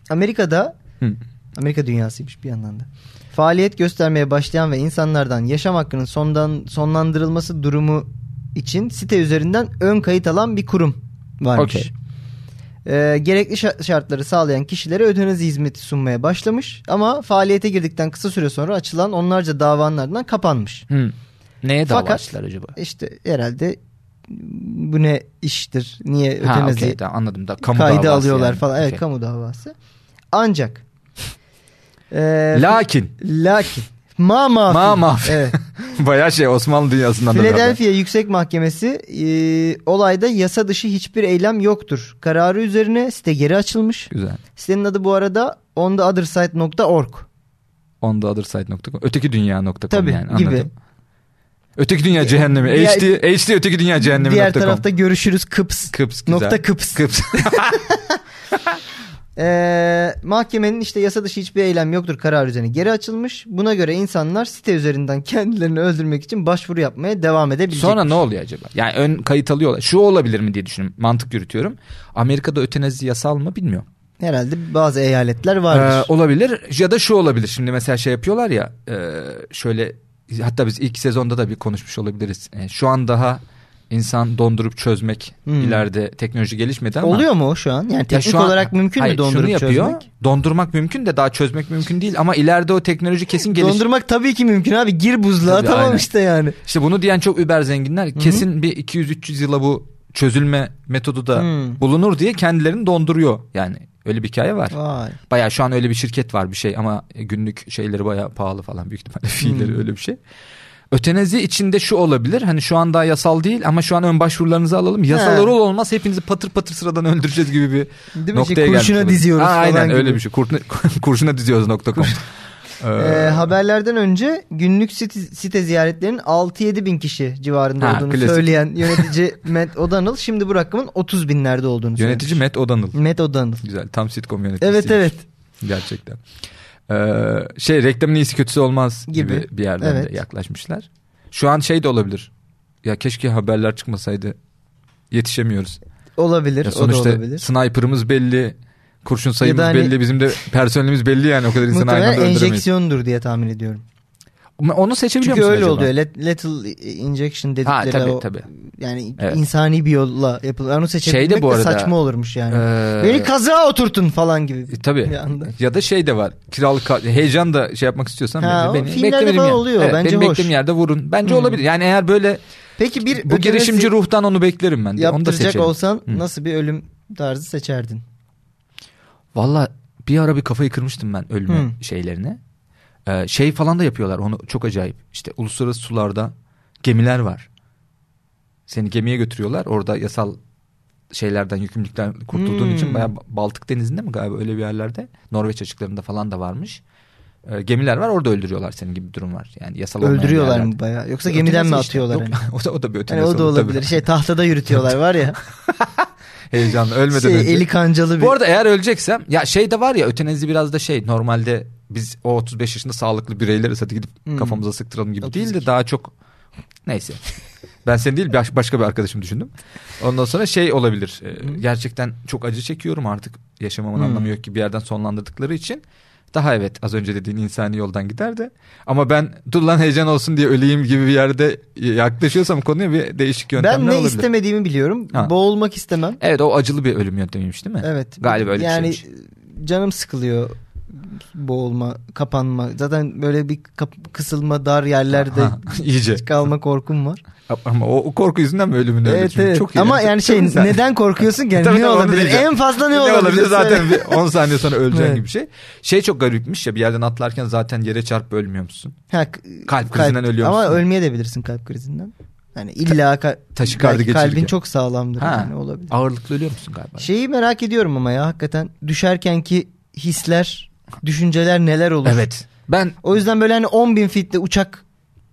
Speaker 3: Amerika'da
Speaker 2: Hı.
Speaker 3: Amerika dünyasıymış bir yandan da. Faaliyet göstermeye başlayan ve insanlardan yaşam hakkının sondan sonlandırılması durumu için site üzerinden ön kayıt alan bir kurum varmış.
Speaker 2: Okey.
Speaker 3: Ee, gerekli şa- şartları sağlayan kişilere ödenezi hizmeti sunmaya başlamış ama faaliyete girdikten kısa süre sonra açılan onlarca davanın ardından kapanmış.
Speaker 2: Hı. Neye
Speaker 3: Fakat-
Speaker 2: davranışlar acaba?
Speaker 3: İşte herhalde bu ne iştir? Niye
Speaker 2: Ha,
Speaker 3: ödenezi
Speaker 2: okey, tamam, anladım da kamu
Speaker 3: kaydı
Speaker 2: davası
Speaker 3: alıyorlar
Speaker 2: yani. Şey.
Speaker 3: falan. Evet
Speaker 2: Okey.
Speaker 3: kamu davası. Ancak eee,
Speaker 2: Lakin
Speaker 3: lakin ma mafi.
Speaker 2: Ma mafi.
Speaker 3: Evet.
Speaker 2: bayağı şey Osmanlı dünyasından da beraber.
Speaker 3: Philadelphia Yüksek Mahkemesi eee, olayda yasa dışı hiçbir eylem yoktur. Kararı üzerine site geri açılmış.
Speaker 2: Güzel.
Speaker 3: Sitenin adı bu arada ontheotherside.org.
Speaker 2: On the other side.com. Öteki dünya.com
Speaker 3: Tabii
Speaker 2: yani anladım.
Speaker 3: gibi. Ee,
Speaker 2: Öteki dünya cehennemi.
Speaker 3: Diğer-
Speaker 2: HD, HD öteki dünya cehennemi.
Speaker 3: Diğer
Speaker 2: nokta com.
Speaker 3: tarafta görüşürüz kıps.
Speaker 2: Kıps güzel.
Speaker 3: Nokta kıps.
Speaker 2: Kıps.
Speaker 3: Ee, mahkemenin işte yasa dışı hiçbir eylem yoktur karar üzerine geri açılmış. Buna göre insanlar site üzerinden kendilerini öldürmek için başvuru yapmaya devam edebilecek.
Speaker 2: Sonra ne oluyor acaba? Yani ön kayıt alıyorlar. Şu olabilir mi diye düşünüyorum. Mantık yürütüyorum. Amerika'da ötenazi yasal mı bilmiyorum.
Speaker 3: Herhalde bazı eyaletler
Speaker 2: Ee,
Speaker 3: vardır.
Speaker 2: olabilir ya da şu olabilir. Şimdi mesela şey yapıyorlar ya e, şöyle hatta biz ilk sezonda da bir konuşmuş olabiliriz. E, şu an daha insan dondurup çözmek
Speaker 3: Hmm.
Speaker 2: ileride teknoloji gelişmedi ama.
Speaker 3: Oluyor mu o şu an? Yani
Speaker 2: Ya
Speaker 3: teknik
Speaker 2: şu an-
Speaker 3: olarak mümkün
Speaker 2: Hayır,
Speaker 3: mü dondurup
Speaker 2: şunu yapıyor.
Speaker 3: çözmek?
Speaker 2: Dondurmak mümkün de daha çözmek mümkün değil ama ileride o teknoloji kesin geliş.
Speaker 3: Dondurmak tabii ki mümkün abi. Gir buzluğa
Speaker 2: Tabii,
Speaker 3: tamam
Speaker 2: aynen.
Speaker 3: işte yani.
Speaker 2: İşte bunu diyen çok über zenginler kesin bir 200-300 yıla bu çözülme metodu da
Speaker 3: Hı.
Speaker 2: bulunur diye kendilerini donduruyor. Yani öyle bir hikaye var.
Speaker 3: Vay.
Speaker 2: Baya şu an öyle bir şirket var bir şey ama günlük şeyleri baya pahalı falan büyük ihtimalle fiilleri öyle bir şey. Ötenezi içinde şu olabilir hani şu an daha yasal değil ama şu an ön başvurularınızı alalım. Yasalar
Speaker 3: He.
Speaker 2: ol olmaz hepinizi patır patır sıradan öldüreceğiz gibi bir
Speaker 3: Değil mi?
Speaker 2: noktaya
Speaker 3: Şey,
Speaker 2: gelmiş
Speaker 3: kurşuna
Speaker 2: olabilir.
Speaker 3: diziyoruz
Speaker 2: Ha,
Speaker 3: falan
Speaker 2: Aynen
Speaker 3: gibi.
Speaker 2: öyle bir şey kurşuna, kurşuna diziyoruz nokta com.
Speaker 3: Ee,
Speaker 2: Ee,
Speaker 3: haberlerden önce günlük site, site ziyaretlerinin 6-7 bin kişi civarında
Speaker 2: Ha,
Speaker 3: olduğunu
Speaker 2: klasik.
Speaker 3: söyleyen yönetici Matt O'Donnell şimdi bu rakamın 30 binlerde olduğunu söylüyor.
Speaker 2: yönetici Matt O'Donnell.
Speaker 3: Matt O'Donnell.
Speaker 2: Güzel tam sitcom yöneticisi.
Speaker 3: Evet evet.
Speaker 2: Gerçekten. Ee, şey reklamın iyisi kötüsü olmaz gibi,
Speaker 3: Gibi.
Speaker 2: bir yerden
Speaker 3: Evet.
Speaker 2: de yaklaşmışlar. Şu an şey de olabilir. Ya keşke haberler çıkmasaydı. Yetişemiyoruz.
Speaker 3: Olabilir.
Speaker 2: Ya
Speaker 3: o da
Speaker 2: sonuçta
Speaker 3: olabilir.
Speaker 2: sniper'ımız belli. Kurşun sayımız
Speaker 3: hani-
Speaker 2: belli. Bizim de personelimiz belli yani. O kadar insanı aynı
Speaker 3: Muhtemelen
Speaker 2: anda öldüremeyiz.
Speaker 3: enjeksiyondur diye tahmin ediyorum.
Speaker 2: Ama Onu seçebiliyor
Speaker 3: Çünkü
Speaker 2: musun
Speaker 3: öyle
Speaker 2: acaba?
Speaker 3: oluyor. Let- Lethal injection
Speaker 2: Ha
Speaker 3: dedikleri
Speaker 2: tabii
Speaker 3: o.
Speaker 2: tabii.
Speaker 3: Yani
Speaker 2: Evet.
Speaker 3: insani bir yolla yapılır. Onu seçebilmek
Speaker 2: Şeyde bu
Speaker 3: de
Speaker 2: arada-
Speaker 3: saçma olurmuş yani.
Speaker 2: Ee,
Speaker 3: Beni kazığa oturtun falan gibi.
Speaker 2: e, tabii.
Speaker 3: bir anda.
Speaker 2: Ya da şey de var. Kiralık ka- heyecan da şey yapmak istiyorsan
Speaker 3: Ha,
Speaker 2: bence
Speaker 3: o
Speaker 2: beni
Speaker 3: filmlerde
Speaker 2: beklemediğim
Speaker 3: falan
Speaker 2: yer-
Speaker 3: oluyor.
Speaker 2: Evet,
Speaker 3: Bence
Speaker 2: benim
Speaker 3: hoş.
Speaker 2: beklediğim yerde vurun. Bence
Speaker 3: Hmm.
Speaker 2: olabilir. Yani eğer böyle
Speaker 3: Peki bir
Speaker 2: bu
Speaker 3: ötenezi
Speaker 2: girişimci ruhtan onu beklerim ben. De. Onu da
Speaker 3: yaptıracak
Speaker 2: seçerim.
Speaker 3: olsan
Speaker 2: Hı.
Speaker 3: nasıl bir ölüm tarzı seçerdin?
Speaker 2: Valla bir ara bir kafayı kırmıştım ben ölme
Speaker 3: Hı.
Speaker 2: şeylerine. Ee, şey falan da yapıyorlar onu çok acayip. İşte uluslararası sularda gemiler var. Seni gemiye götürüyorlar. Orada yasal şeylerden, yükümlülükten kurtulduğun
Speaker 3: Hmm.
Speaker 2: için bayağı Ba- Baltık denizinde mi galiba öyle bir yerlerde. Norveç açıklarında falan da varmış. Ee, gemiler var orada öldürüyorlar senin gibi bir durum var. Yani yasal olmayan
Speaker 3: Öldürüyorlar
Speaker 2: yerlerde.
Speaker 3: mı bayağı? Yoksa gemiden mi
Speaker 2: Ötenesi işte.
Speaker 3: atıyorlar?
Speaker 2: Yok,
Speaker 3: hani?
Speaker 2: o da o da bir
Speaker 3: Hani
Speaker 2: ötenesi
Speaker 3: o da
Speaker 2: olur tabii.
Speaker 3: olabilir. Şey tahtada yürütüyorlar var ya.
Speaker 2: Heyecanlı ölmeden
Speaker 3: Şey,
Speaker 2: önce.
Speaker 3: eli kancalı bir.
Speaker 2: Bu arada eğer öleceksem ya şey de var ya ötenazi biraz da şey normalde biz o 35 yaşında sağlıklı bireyleriz hadi gidip
Speaker 3: Hmm.
Speaker 2: kafamıza sıktıralım gibi değil de
Speaker 3: 32.
Speaker 2: daha çok neyse. Ben seni değil baş- başka bir arkadaşım düşündüm. Ondan sonra şey olabilir. e,
Speaker 3: Hmm.
Speaker 2: Gerçekten çok acı çekiyorum artık. Yaşamamın
Speaker 3: Hmm.
Speaker 2: anlamı yok ki bir yerden sonlandırdıkları için. Daha evet az önce dediğin insani yoldan gider de. Ama ben dur lan heyecan olsun diye öleyim gibi bir yerde yaklaşıyorsam konuya bir değişik yöntemler
Speaker 3: ben ne
Speaker 2: olabilir.
Speaker 3: istemediğimi biliyorum.
Speaker 2: Ha.
Speaker 3: Boğulmak istemem.
Speaker 2: Evet o acılı bir ölüm yöntemiymiş değil mi?
Speaker 3: Evet.
Speaker 2: Galiba öyle bir
Speaker 3: yani,
Speaker 2: şeymiş.
Speaker 3: canım sıkılıyor boğulma, kapanma. Zaten böyle bir kap- kısılma dar yerlerde
Speaker 2: Ha, iyice.
Speaker 3: kalma korkum var.
Speaker 2: Ama o, o korku yüzünden mi ölümün öyle?
Speaker 3: evet
Speaker 2: Çünkü
Speaker 3: evet.
Speaker 2: Çok iyi.
Speaker 3: Ama yani şey
Speaker 2: Tabii sen-
Speaker 3: neden korkuyorsun ki? Yani
Speaker 2: Tabii
Speaker 3: ne
Speaker 2: tabii, onu
Speaker 3: olabilir?
Speaker 2: diyeceğim.
Speaker 3: En fazla ne,
Speaker 2: ne
Speaker 3: olabilir?
Speaker 2: olabilir zaten
Speaker 3: Söyle.
Speaker 2: bir 10 saniye sonra öleceksin
Speaker 3: Evet.
Speaker 2: gibi bir şey. Şey çok garipmiş ya bir yerden atlarken zaten yere çarpıp ölmüyor musun?
Speaker 3: Ha, k-
Speaker 2: Kalp krizinden ölüyor
Speaker 3: Ama
Speaker 2: musun?
Speaker 3: ölmeye de bilirsin kalp krizinden. Yani illa ka-
Speaker 2: taşikardi
Speaker 3: belki
Speaker 2: geçirir
Speaker 3: kalbin
Speaker 2: ya.
Speaker 3: çok sağlamdır
Speaker 2: Ha.
Speaker 3: yani olabilir.
Speaker 2: Ağırlıklı ölüyor musun galiba?
Speaker 3: Şeyi merak ediyorum ama ya hakikaten düşerkenki hisler, düşünceler neler olur?
Speaker 2: evet. Ben
Speaker 3: O yüzden böyle hani 10 bin fitte uçak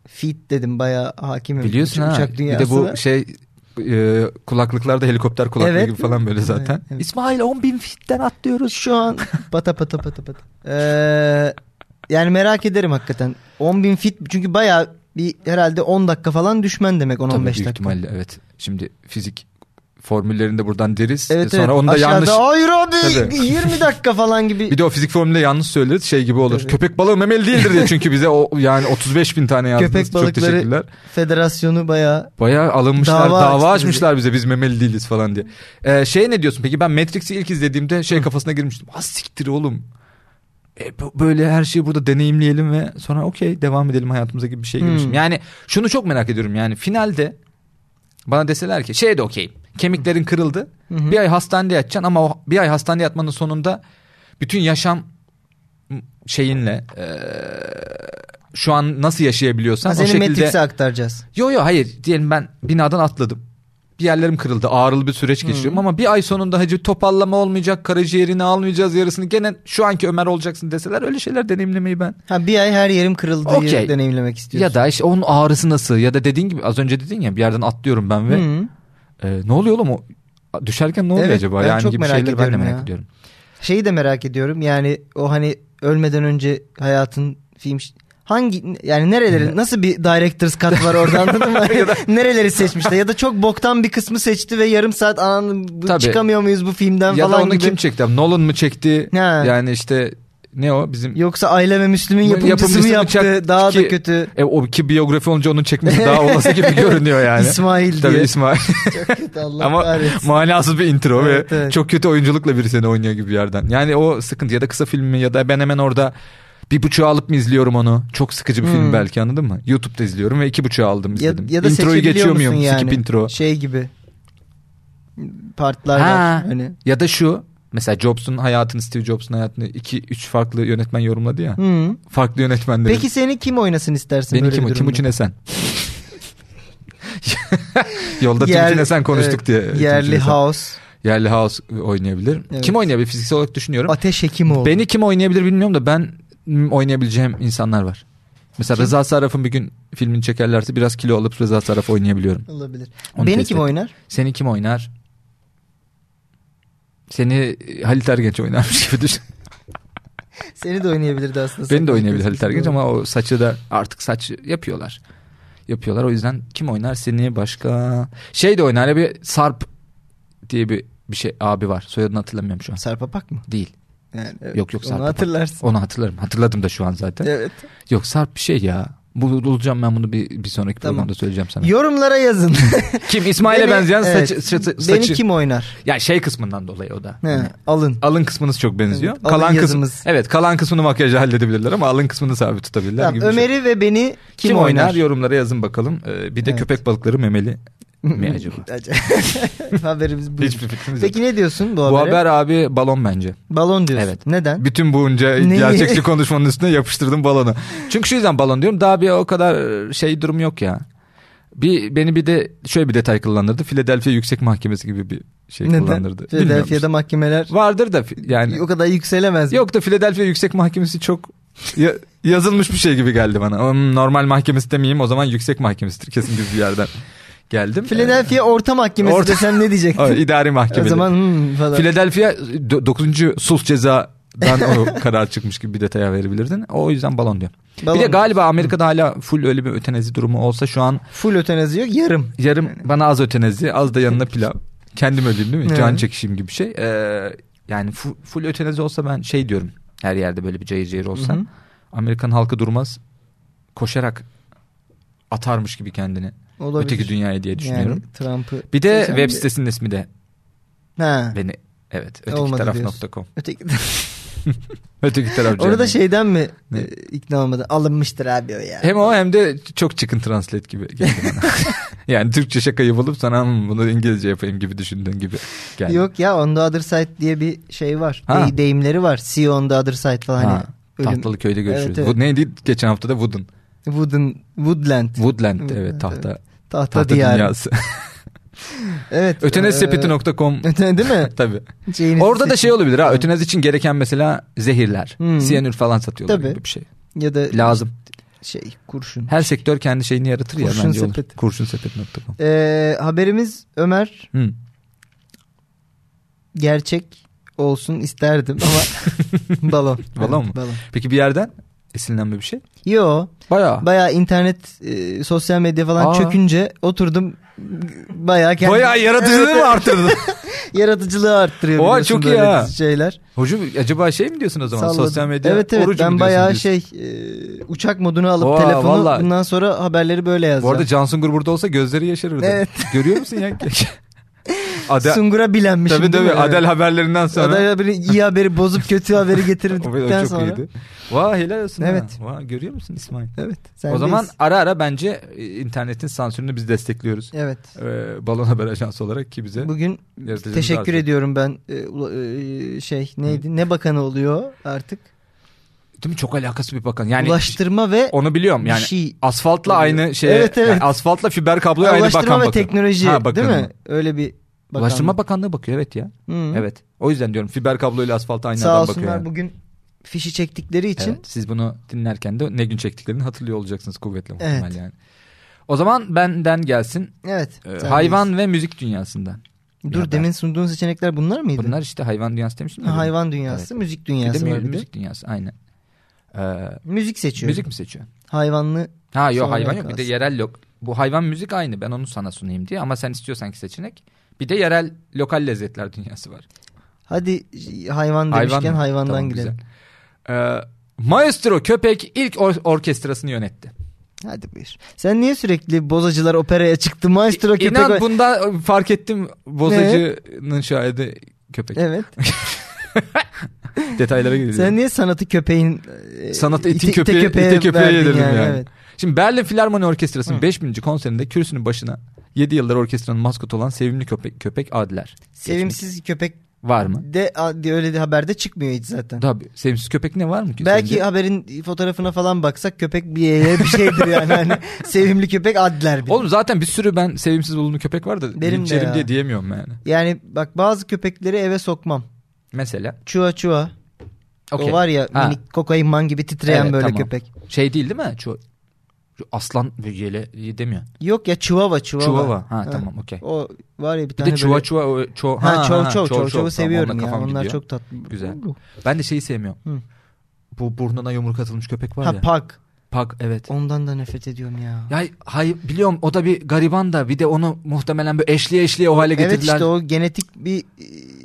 Speaker 3: fit dedim bayağı hakimim.
Speaker 2: biliyorsun
Speaker 3: uçak,
Speaker 2: ha
Speaker 3: uçak
Speaker 2: bir de
Speaker 3: dünyasına.
Speaker 2: bu şey e, kulaklıklarda helikopter kulaklığı
Speaker 3: Evet.
Speaker 2: gibi falan böyle zaten.
Speaker 3: Evet, evet.
Speaker 2: İsmail 10 bin fitten atlıyoruz.
Speaker 3: şu an pata pata pata pata. Ee, yani merak ederim hakikaten. 10 bin fit çünkü bayağı bir herhalde 10 dakika falan düşmen demek 10-15
Speaker 2: Tabii büyük
Speaker 3: dakika.
Speaker 2: ihtimalle evet. Şimdi fizik formüllerinde buradan deriz.
Speaker 3: Evet,
Speaker 2: sonra
Speaker 3: evet.
Speaker 2: onu da
Speaker 3: Aşağıda,
Speaker 2: yanlış
Speaker 3: Hayır abi
Speaker 2: Tabii.
Speaker 3: 20 dakika falan gibi.
Speaker 2: Bir de o fizik formülü yanlış söyleriz şey gibi olur.
Speaker 3: Tabii.
Speaker 2: Köpek balığı memeli değildir diye çünkü bize o yani 35 bin tane yazdınız.
Speaker 3: Köpek
Speaker 2: Çok
Speaker 3: balıkları-
Speaker 2: teşekkürler.
Speaker 3: Federasyonu bayağı
Speaker 2: Bayağı alınmışlar
Speaker 3: Dava
Speaker 2: dava,
Speaker 3: açtı
Speaker 2: açmışlar bize. biz memeli değiliz falan diye. Ee, şey ne diyorsun peki ben Matrix'i ilk izlediğimde şey kafasına girmiştim. Az siktir oğlum. E, bu- böyle her şeyi burada deneyimleyelim ve sonra okey devam edelim hayatımıza gibi bir şey girmişim.
Speaker 3: Hmm.
Speaker 2: Yani şunu çok merak ediyorum yani finalde bana deseler ki şey de okeyim. Kemiklerin kırıldı.
Speaker 3: Hı hı.
Speaker 2: Bir ay hastanede yatacaksın ama o bir ay hastanede yatmanın sonunda bütün yaşam şeyinle eee, şu an nasıl yaşayabiliyorsan
Speaker 3: Ha,
Speaker 2: o
Speaker 3: seni
Speaker 2: şekilde.
Speaker 3: Matrix'e aktaracağız.
Speaker 2: Yo yo hayır diyelim ben binadan atladım. Bir yerlerim kırıldı ağrılı bir süreç geçiriyorum ama bir ay sonunda hacı topallama olmayacak karaciğerini almayacağız yarısını gene şu anki Ömer olacaksın deseler öyle şeyler deneyimlemeyi ben.
Speaker 3: Ha bir ay her yerim kırıldığı
Speaker 2: Okey.
Speaker 3: deneyimlemek istiyorsun.
Speaker 2: Ya da işte onun ağrısı nasıl ya da dediğin gibi az önce dedin ya bir yerden atlıyorum ben ve
Speaker 3: Hı.
Speaker 2: e, ne oluyor oğlum o düşerken ne oluyor
Speaker 3: Evet,
Speaker 2: acaba?
Speaker 3: ben
Speaker 2: yani
Speaker 3: çok
Speaker 2: gibi
Speaker 3: merak
Speaker 2: şeyleri ben de
Speaker 3: ediyorum
Speaker 2: merak
Speaker 3: ya.
Speaker 2: ediyorum.
Speaker 3: Şeyi de merak ediyorum. Yani o hani ölmeden önce hayatın film hangi yani nereleri nasıl bir director's cut var orada anladın mı? nereleri seçmişler ya da çok boktan bir kısmı seçti ve yarım saat anan bu-
Speaker 2: Tabii.
Speaker 3: çıkamıyor muyuz bu filmden
Speaker 2: Ya da
Speaker 3: falan
Speaker 2: onu
Speaker 3: gibi.
Speaker 2: kim çekti? Nolan mı çekti?
Speaker 3: Ha.
Speaker 2: Yani işte ne o bizim
Speaker 3: Yoksa Aile ve Müslüm'ün
Speaker 2: Bunun
Speaker 3: yapımcısı,
Speaker 2: yapımcısı
Speaker 3: mı
Speaker 2: mı
Speaker 3: yaptı?
Speaker 2: çak-
Speaker 3: Daha
Speaker 2: ki-
Speaker 3: da kötü.
Speaker 2: e, o iki biyografi olunca onun çekmesi daha olası gibi görünüyor yani.
Speaker 3: İsmail
Speaker 2: Tabii
Speaker 3: diye.
Speaker 2: İsmail.
Speaker 3: Çok kötü Allah
Speaker 2: Ama
Speaker 3: kahretsin.
Speaker 2: manasız bir intro
Speaker 3: Evet,
Speaker 2: ve
Speaker 3: evet.
Speaker 2: çok kötü oyunculukla biri seni oynuyor gibi bir yerden. Yani o sıkıntı ya da kısa filmi ya da ben hemen orada bir buçuğa alıp mı izliyorum onu? Çok sıkıcı bir film
Speaker 3: Hmm.
Speaker 2: belki anladın mı? YouTube'da izliyorum ve iki buçuğa aldım
Speaker 3: Ya,
Speaker 2: izledim.
Speaker 3: ya da
Speaker 2: Introyu
Speaker 3: seçebiliyor
Speaker 2: geçiyor
Speaker 3: musun
Speaker 2: muyum?
Speaker 3: yani?
Speaker 2: Skip intro.
Speaker 3: Şey gibi. Partlar
Speaker 2: Ha.
Speaker 3: var. Hani.
Speaker 2: Ya da şu mesela Jobs'un hayatını Steve Jobs'un hayatını iki üç farklı yönetmen yorumladı ya.
Speaker 3: Hı.
Speaker 2: Farklı yönetmenlerin.
Speaker 3: Hmm. Peki seni kim oynasın istersin
Speaker 2: Beni
Speaker 3: böyle
Speaker 2: kim,
Speaker 3: bir
Speaker 2: Timuçin
Speaker 3: durumda?
Speaker 2: Esen. Yolda
Speaker 3: Yer-
Speaker 2: Timuçin Esen konuştuk
Speaker 3: evet,
Speaker 2: diye. Timuçin
Speaker 3: Yerli
Speaker 2: Esen.
Speaker 3: House.
Speaker 2: Yerli House oynayabilir.
Speaker 3: Evet.
Speaker 2: Kim oynayabilir fiziksel olarak düşünüyorum.
Speaker 3: Ateş Hekimoğlu.
Speaker 2: Beni kim oynayabilir bilmiyorum da ben m, oynayabileceğim insanlar var. Mesela Rıza Sarraf'ın bir gün filmini çekerlerse biraz kilo alıp Rıza Sarraf'ı oynayabiliyorum.
Speaker 3: Olabilir.
Speaker 2: Onu
Speaker 3: Beni
Speaker 2: test
Speaker 3: kim
Speaker 2: et.
Speaker 3: oynar?
Speaker 2: Seni kim oynar? Seni e, Halit Ergenç oynarmış gibi düşün.
Speaker 3: Seni de oynayabilirdi aslında.
Speaker 2: Beni de oynayabilir
Speaker 3: Sakın
Speaker 2: Halit Ergenç
Speaker 3: kesin.
Speaker 2: ama o saçı da artık saç yapıyorlar. Yapıyorlar o yüzden kim oynar seni başka? Şey de oynar hani bir Sarp diye bir bir şey abi var. Soyadını hatırlamıyorum şu an.
Speaker 3: Sarp Apak mı?
Speaker 2: Değil.
Speaker 3: Yani, evet.
Speaker 2: Yok, yok, Sarp
Speaker 3: Onu
Speaker 2: Apak.
Speaker 3: hatırlarsın.
Speaker 2: Onu hatırlarım. Hatırladım da şu an zaten.
Speaker 3: Evet.
Speaker 2: Yok Sarp bir şey ya. Bu- Bulacağım ben bunu bir, bir sonraki
Speaker 3: Tamam.
Speaker 2: programda söyleyeceğim sana.
Speaker 3: Yorumlara yazın.
Speaker 2: Kim İsmail'e
Speaker 3: Beni-
Speaker 2: benzeyen
Speaker 3: evet.
Speaker 2: saçı, saçı,
Speaker 3: Beni
Speaker 2: saçı.
Speaker 3: kim oynar?
Speaker 2: Ya şey kısmından dolayı o da.
Speaker 3: He,
Speaker 2: Hani
Speaker 3: alın.
Speaker 2: Alın kısmınız çok benziyor.
Speaker 3: Evet, alın yazımız.
Speaker 2: kısmı. Evet, kalan kısmını makyajla halledebilirler ama alın kısmını sabit tutabilirler
Speaker 3: Tamam,
Speaker 2: gibi bir şey.
Speaker 3: Ömer'i ve beni kim,
Speaker 2: Kim, oynar?
Speaker 3: oynar?
Speaker 2: yorumlara yazın bakalım. Ee, bir de
Speaker 3: Evet.
Speaker 2: köpek balıkları memeli mi acaba?
Speaker 3: Haberimiz bu.
Speaker 2: Hiçbir fikrimiz yok.
Speaker 3: Peki ne diyorsun bu
Speaker 2: Bu
Speaker 3: habere?
Speaker 2: haber abi balon bence.
Speaker 3: Balon diyorsun.
Speaker 2: Evet.
Speaker 3: Neden?
Speaker 2: Bütün bunca
Speaker 3: Neyi?
Speaker 2: gerçekçi konuşmanın üstüne yapıştırdım balonu. Çünkü şu yüzden balon diyorum daha bir o kadar şey durum yok ya. Bir beni bir de şöyle bir detay kullandırdı. Philadelphia Yüksek Mahkemesi gibi bir şey
Speaker 3: Neden?
Speaker 2: kullandırdı. Bilmiyorum işte.
Speaker 3: Philadelphia'da mahkemeler
Speaker 2: vardır da fi- yani
Speaker 3: o kadar yükselemez. mi?
Speaker 2: yok da Philadelphia Yüksek Mahkemesi çok ya- yazılmış bir şey gibi geldi bana. Hmm, Normal mahkemesi demeyeyim o zaman yüksek mahkemesidir kesin gibi bir yerden. geldim.
Speaker 3: Philadelphia Orta Mahkemesi
Speaker 2: Orta-
Speaker 3: desem ne diyecektin?
Speaker 2: Evet, İdari
Speaker 3: o
Speaker 2: mahkemeli.
Speaker 3: zaman hmm falan.
Speaker 2: Philadelphia 9. sulh cezadan o karar çıkmış gibi bir detaya verebilirdin. O yüzden balon diyor.
Speaker 3: Balon.
Speaker 2: Bir de galiba Amerika'da hala full öyle bir ötenezi durumu olsa şu an
Speaker 3: Full ötenazi yok yarım.
Speaker 2: yarım bana az ötenezi az da yanına pilav. Kendim ödeyim değil mi?
Speaker 3: Evet.
Speaker 2: Can çekişim gibi bir şey. Ee, yani fu- full ötenezi olsa ben şey diyorum. Her yerde böyle bir cayır cayır olsa.
Speaker 3: Hı hı.
Speaker 2: Amerikan halkı durmaz. Koşarak atarmış gibi kendini.
Speaker 3: Olabilir.
Speaker 2: Öteki dünyaya diye düşünüyorum.
Speaker 3: Yani şey, Trump'ı.
Speaker 2: Bir de
Speaker 3: seçen
Speaker 2: web sitesinin ismi de
Speaker 3: Ha.
Speaker 2: beni evet
Speaker 3: Olmadı
Speaker 2: ötekitaraf.com.
Speaker 3: Öteki...
Speaker 2: Öteki taraf.
Speaker 3: Orada
Speaker 2: cehennemi.
Speaker 3: şeyden mi
Speaker 2: Ne?
Speaker 3: e, ikna olmadı? Alınmıştır abi o ya.
Speaker 2: Hem o hem de çok çıkın translate gibi geldi bana. yani Türkçe şakayı bulup sana "Hmm, bunu İngilizce yapayım gibi düşündüğün gibi geldi.
Speaker 3: Yok ya on the other side diye bir şey var.
Speaker 2: Ha.
Speaker 3: Dey- deyimleri var. See you on the other side falan.
Speaker 2: Ha,
Speaker 3: Hani ölüm-
Speaker 2: Tahtalı köyde görüşürüz.
Speaker 3: Evet, evet.
Speaker 2: Bu neydi geçen hafta da Wooden.
Speaker 3: Wooden, woodland.
Speaker 2: Woodland evet
Speaker 3: Evet,
Speaker 2: tahta,
Speaker 3: tahta,
Speaker 2: tahta
Speaker 3: diyarı.
Speaker 2: dünyası.
Speaker 3: Evet. Ötenezsepeti.com
Speaker 2: Ötenezsepeti.com
Speaker 3: Değil mi?
Speaker 2: Tabii.
Speaker 3: Şeyinizi
Speaker 2: Orada da
Speaker 3: seçin.
Speaker 2: şey olabilir ha. Ötenez için gereken mesela zehirler.
Speaker 3: Hmm.
Speaker 2: Siyanür falan satıyorlar
Speaker 3: Tabii.
Speaker 2: gibi bir şey.
Speaker 3: Ya da
Speaker 2: Lazım.
Speaker 3: şey kurşun.
Speaker 2: Her sektör kendi şeyini yaratır ya
Speaker 3: Kurşun
Speaker 2: bence olur.
Speaker 3: sepeti.
Speaker 2: Kurşunsepeti.com.
Speaker 3: Ee, haberimiz Ömer
Speaker 2: Hmm.
Speaker 3: gerçek olsun isterdim ama balon.
Speaker 2: Balon
Speaker 3: Evet,
Speaker 2: mu?
Speaker 3: Balon.
Speaker 2: Peki bir yerden esinlenme bir şey?
Speaker 3: Yo
Speaker 2: Bayağı.
Speaker 3: baya internet e, sosyal medya falan
Speaker 2: Aa.
Speaker 3: çökünce oturdum baya kendi
Speaker 2: Bayağı yaratıcılığı mı arttırdın?
Speaker 3: yaratıcılığı arttırıyor.
Speaker 2: Oha,
Speaker 3: biliyorsun
Speaker 2: çok iyi
Speaker 3: böyle
Speaker 2: ha.
Speaker 3: şeyler.
Speaker 2: Hocam acaba şey mi diyorsun o zaman
Speaker 3: Salladım.
Speaker 2: sosyal medya
Speaker 3: Evet evet
Speaker 2: orucu mu
Speaker 3: ben
Speaker 2: diyorsun
Speaker 3: bayağı
Speaker 2: diyorsun?
Speaker 3: şey e, uçak modunu alıp
Speaker 2: Oha,
Speaker 3: telefonu
Speaker 2: vallahi.
Speaker 3: bundan sonra haberleri böyle
Speaker 2: Bu
Speaker 3: yazacağım.
Speaker 2: arada Can Sungur burada olsa gözleri yaşarırdı.
Speaker 3: Evet.
Speaker 2: Görüyor musun ya? Adel,
Speaker 3: Sungur'a bilenmişim
Speaker 2: tabii
Speaker 3: değil
Speaker 2: tabii
Speaker 3: mi? Evet.
Speaker 2: Adel haberlerinden sonra.
Speaker 3: Adel haberi, iyi haberi bozup kötü haberi
Speaker 2: O- o
Speaker 3: getirdikten
Speaker 2: çok
Speaker 3: sonra.
Speaker 2: iyiydi. Vay helal olsun.
Speaker 3: Evet.
Speaker 2: Ha. Vay, görüyor musun İsmail?
Speaker 3: Evet. sen
Speaker 2: o zaman
Speaker 3: deyiz.
Speaker 2: ara ara bence e, internetin sansürünü biz destekliyoruz.
Speaker 3: evet.
Speaker 2: Ee, Balon Haber Ajansı olarak ki bize
Speaker 3: Bugün
Speaker 2: yaratıcımız
Speaker 3: teşekkür
Speaker 2: arzu-
Speaker 3: ediyorum ben e, ula- e, şey neydi ne bakanı oluyor artık
Speaker 2: Değil mi? Çok alakası bir bakan. Yani
Speaker 3: ulaştırma ve
Speaker 2: onu biliyorum yani.
Speaker 3: bir şey
Speaker 2: Asfaltla aynı şey.
Speaker 3: Evet, evet.
Speaker 2: asfaltla fiber kabloya aynı bakan
Speaker 3: ulaştırma ve
Speaker 2: bakan.
Speaker 3: teknoloji
Speaker 2: Ha, bakanı.
Speaker 3: değil mi öyle bir bakan.
Speaker 2: Ulaştırma Bakanlığı bakıyor evet ya. Evet. O yüzden diyorum fiber kabloyla asfalta aynı
Speaker 3: sağ
Speaker 2: adam
Speaker 3: olsunlar
Speaker 2: bakıyor. yani.
Speaker 3: bugün fişi çektikleri için
Speaker 2: Evet, siz bunu dinlerken de ne gün çektiklerini hatırlıyor olacaksınız kuvvetli muhtemel
Speaker 3: Evet.
Speaker 2: yani. O zaman benden gelsin.
Speaker 3: evet,
Speaker 2: Ee,
Speaker 3: sen
Speaker 2: hayvan ve müzik dünyasından.
Speaker 3: deyiz. dur
Speaker 2: Ya ben-
Speaker 3: demin sunduğun seçenekler bunlar mıydı
Speaker 2: Bunlar işte hayvan dünyası demiştim.
Speaker 3: Ha, hayvan dünyası müzik
Speaker 2: dünyası.
Speaker 3: dünyası
Speaker 2: Bir de
Speaker 3: var
Speaker 2: mü-
Speaker 3: bir de
Speaker 2: müzik dünyası aynen. Ee,
Speaker 3: müzik seçiyorum
Speaker 2: müzik mi seçiyor?
Speaker 3: hayvanlı
Speaker 2: Ha yok
Speaker 3: Sonra
Speaker 2: hayvan yok bir de
Speaker 3: kalsın.
Speaker 2: yerel yok. Bu hayvan müzik aynı ben onu sana sunayım diye ama sen istiyorsan ki seçenek. Bir de yerel lokal lezzetler dünyası var.
Speaker 3: hadi hayvan demişken
Speaker 2: mı?
Speaker 3: hayvandan
Speaker 2: Tamam,
Speaker 3: gidelim
Speaker 2: güzel. Ee, Maestro köpek ilk or- orkestrasını yönetti.
Speaker 3: hadi buyur sen niye sürekli bozacılar operaya çıktı maestro
Speaker 2: İ-
Speaker 3: köpek
Speaker 2: İnan
Speaker 3: oy-
Speaker 2: bunda fark ettim bozacının şahidi köpek.
Speaker 3: evet
Speaker 2: Detaylara gidelim.
Speaker 3: Sen niye sanatı köpeğin e,
Speaker 2: Sanatı itin
Speaker 3: ite- ite
Speaker 2: köpeğe- ite köpeğe
Speaker 3: verdin
Speaker 2: yedirdin yani.
Speaker 3: Evet.
Speaker 2: Şimdi Berlin Filarmoni Orkestrası'nın
Speaker 3: Hı.
Speaker 2: 5000. konserinde kürsünün başına 7 yıldır orkestranın maskotu olan sevimli köpek, köpek Adiler.
Speaker 3: Sevimsiz köpek
Speaker 2: Var mı?
Speaker 3: de a- diye öyle de haberde çıkmıyor hiç zaten.
Speaker 2: Tabii sevimsiz köpek ne var mı ki?
Speaker 3: Belki
Speaker 2: sence?
Speaker 3: haberin fotoğrafına falan baksak köpek bir yere bir şeydir yani. Hani sevimli köpek adler bir.
Speaker 2: Oğlum zaten bir sürü ben sevimsiz bulunduğum köpek var da
Speaker 3: Benim
Speaker 2: Benim
Speaker 3: de ya.
Speaker 2: diye diyemiyorum yani.
Speaker 3: Yani bak bazı köpekleri eve sokmam.
Speaker 2: Mesela.
Speaker 3: Çuva çuva.
Speaker 2: okey.
Speaker 3: O var ya
Speaker 2: Ha.
Speaker 3: minik kokainman gibi titreyen
Speaker 2: Evet,
Speaker 3: böyle
Speaker 2: tamam.
Speaker 3: köpek.
Speaker 2: Şey değil değil mi? Şu, şu aslan ve yele demiyor.
Speaker 3: Yok ya çuvava çuvava.
Speaker 2: Çuvava. Ha,
Speaker 3: Ha.
Speaker 2: tamam okey.
Speaker 3: O var ya bir
Speaker 2: Bir
Speaker 3: tane
Speaker 2: de çuva
Speaker 3: böyle.
Speaker 2: çuva o- ço
Speaker 3: Ha, çov çov çov,
Speaker 2: çov
Speaker 3: çovu
Speaker 2: çov. Tamam,
Speaker 3: seviyorum
Speaker 2: onunla
Speaker 3: ya.
Speaker 2: kafam
Speaker 3: Onlar
Speaker 2: gidiyor.
Speaker 3: çok tatlı.
Speaker 2: Güzel. Ben de şeyi sevmiyorum.
Speaker 3: Hı.
Speaker 2: Bu burnuna yumruk atılmış köpek var
Speaker 3: Ha
Speaker 2: ya.
Speaker 3: pak.
Speaker 2: Pak evet.
Speaker 3: Ondan da nefret ediyorum ya.
Speaker 2: Ya hay biliyorum o da bir gariban da bir de onu muhtemelen böyle eşliye eşliye o hale
Speaker 3: Evet
Speaker 2: getirdiler.
Speaker 3: işte o genetik bir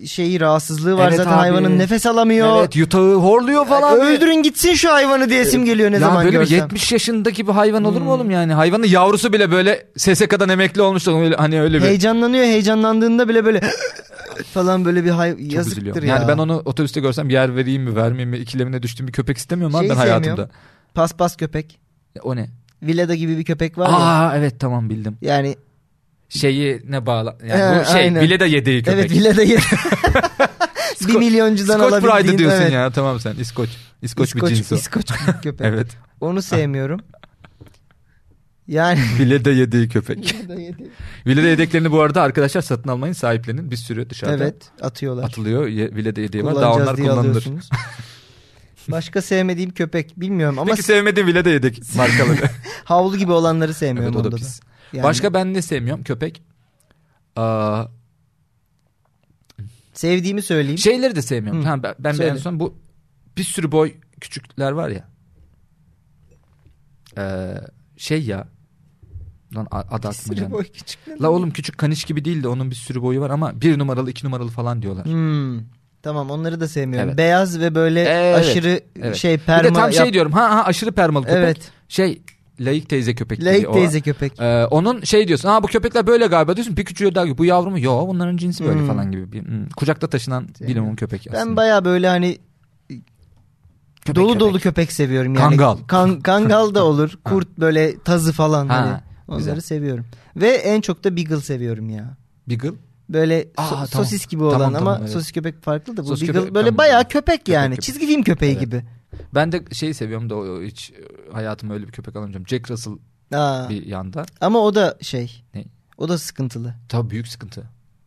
Speaker 3: e, şeyi rahatsızlığı var
Speaker 2: Evet
Speaker 3: zaten
Speaker 2: abi.
Speaker 3: hayvanın nefes alamıyor.
Speaker 2: Evet yutağı horluyor falan.
Speaker 3: Yani Öldürün gitsin şu hayvanı diyesim geliyor ne
Speaker 2: ya
Speaker 3: zaman
Speaker 2: böyle bir
Speaker 3: görsem.
Speaker 2: 70 yaşındaki bir hayvan olur
Speaker 3: Hmm.
Speaker 2: mu oğlum yani? Hayvanın yavrusu bile böyle SSK'dan emekli olmuş. da Öyle, hani öyle bir.
Speaker 3: Heyecanlanıyor heyecanlandığında bile böyle falan böyle bir hay...
Speaker 2: Çok
Speaker 3: yazıktır
Speaker 2: üzülüyorum.
Speaker 3: ya.
Speaker 2: Yani ben onu otobüste görsem yer vereyim mi vermeyeyim mi ikilemine düştüğüm bir köpek istemiyorum lan
Speaker 3: Şeyi
Speaker 2: ben
Speaker 3: sevmiyorum.
Speaker 2: hayatımda.
Speaker 3: Paspas köpek.
Speaker 2: Ya O ne?
Speaker 3: Vileda gibi bir köpek var ya.
Speaker 2: Aa evet tamam bildim.
Speaker 3: Yani
Speaker 2: Şeyi ne bağla yani
Speaker 3: He,
Speaker 2: bu şey
Speaker 3: aynen.
Speaker 2: bile de yediği köpek.
Speaker 3: evet Vileda gibi. bir milyoncudan
Speaker 2: İskoç
Speaker 3: alabildiğin.
Speaker 2: Pride'ı diyorsun
Speaker 3: evet.
Speaker 2: ya tamam sen İskoç. İskoç,
Speaker 3: İskoç,
Speaker 2: bir cins o.
Speaker 3: İskoç bir köpek.
Speaker 2: Evet.
Speaker 3: Onu sevmiyorum. Yani
Speaker 2: Bile de yediği köpek. Bile de yedeklerini bu arada arkadaşlar satın almayın sahiplenin. Bir sürü dışarıda
Speaker 3: evet atıyorlar.
Speaker 2: atılıyor. Ye- Bile de yediği var. Daha
Speaker 3: Kullanacağız
Speaker 2: onlar
Speaker 3: diye
Speaker 2: kullanılır.
Speaker 3: alıyorsunuz. Başka sevmediğim köpek bilmiyorum ama
Speaker 2: Peki sevmediğim bile de yedik markaları.
Speaker 3: havlu gibi olanları sevmiyorum
Speaker 2: evet o da
Speaker 3: onda
Speaker 2: pis.
Speaker 3: Yani
Speaker 2: Başka ben ne sevmiyorum? Köpek. Aa,
Speaker 3: sevdiğimi söyleyeyim.
Speaker 2: şeyleri de sevmiyorum.
Speaker 3: Hı.
Speaker 2: Ha, ben ben
Speaker 3: Söyle.
Speaker 2: en son bu bir sürü boy küçükler var ya. Ee, şey ya. Lan a- adı aklıma
Speaker 3: Sırı
Speaker 2: gelmedi.
Speaker 3: boy küçük. ne
Speaker 2: La
Speaker 3: lan?
Speaker 2: oğlum küçük kaniş gibi değil de onun bir sürü boyu var ama bir numaralı iki numaralı falan diyorlar.
Speaker 3: Hmm. Tamam onları da sevmiyorum.
Speaker 2: Evet.
Speaker 3: Beyaz ve böyle
Speaker 2: Evet,
Speaker 3: aşırı
Speaker 2: evet.
Speaker 3: şey
Speaker 2: Bir
Speaker 3: perma.
Speaker 2: de tam şey
Speaker 3: yap-
Speaker 2: diyorum ha, ha aşırı permalı köpek.
Speaker 3: Evet.
Speaker 2: Şey layık teyze köpek
Speaker 3: Layık
Speaker 2: gibi o.
Speaker 3: teyze köpek.
Speaker 2: Ee, onun şey diyorsun ha bu köpekler böyle galiba diyorsun bir küçüğü daha bu yavru mu? Yo bunların cinsi böyle
Speaker 3: Hmm.
Speaker 2: falan gibi. Bir, hmm, Kucakta taşınan
Speaker 3: Sevmiyorum.
Speaker 2: bilimum köpek aslında.
Speaker 3: Ben baya böyle hani
Speaker 2: Köpek,
Speaker 3: dolu
Speaker 2: köpek.
Speaker 3: dolu köpek seviyorum yani.
Speaker 2: Kangal.
Speaker 3: Kan- kangal da olur. Kurt böyle tazı falan
Speaker 2: Ha,
Speaker 3: hani. Onları
Speaker 2: güzel.
Speaker 3: seviyorum. Ve en çok da beagle seviyorum ya.
Speaker 2: Beagle.
Speaker 3: Böyle so-
Speaker 2: Aa, tamam.
Speaker 3: sosis gibi
Speaker 2: Tamam,
Speaker 3: olan
Speaker 2: tamam,
Speaker 3: ama
Speaker 2: evet.
Speaker 3: sosis köpek farklı da bu
Speaker 2: Sosis
Speaker 3: beagle
Speaker 2: köpek-
Speaker 3: böyle
Speaker 2: tamam.
Speaker 3: bayağı köpek
Speaker 2: Köpek
Speaker 3: yani.
Speaker 2: köpek.
Speaker 3: Çizgi film köpeği
Speaker 2: Evet.
Speaker 3: gibi.
Speaker 2: Ben de şeyi seviyorum da o- o hiç e, hayatımda öyle bir köpek alamayacağım. Jack Russell
Speaker 3: Aa,
Speaker 2: bir yanda.
Speaker 3: Ama o da şey.
Speaker 2: Ne?
Speaker 3: O da sıkıntılı.
Speaker 2: Tabii büyük sıkıntı.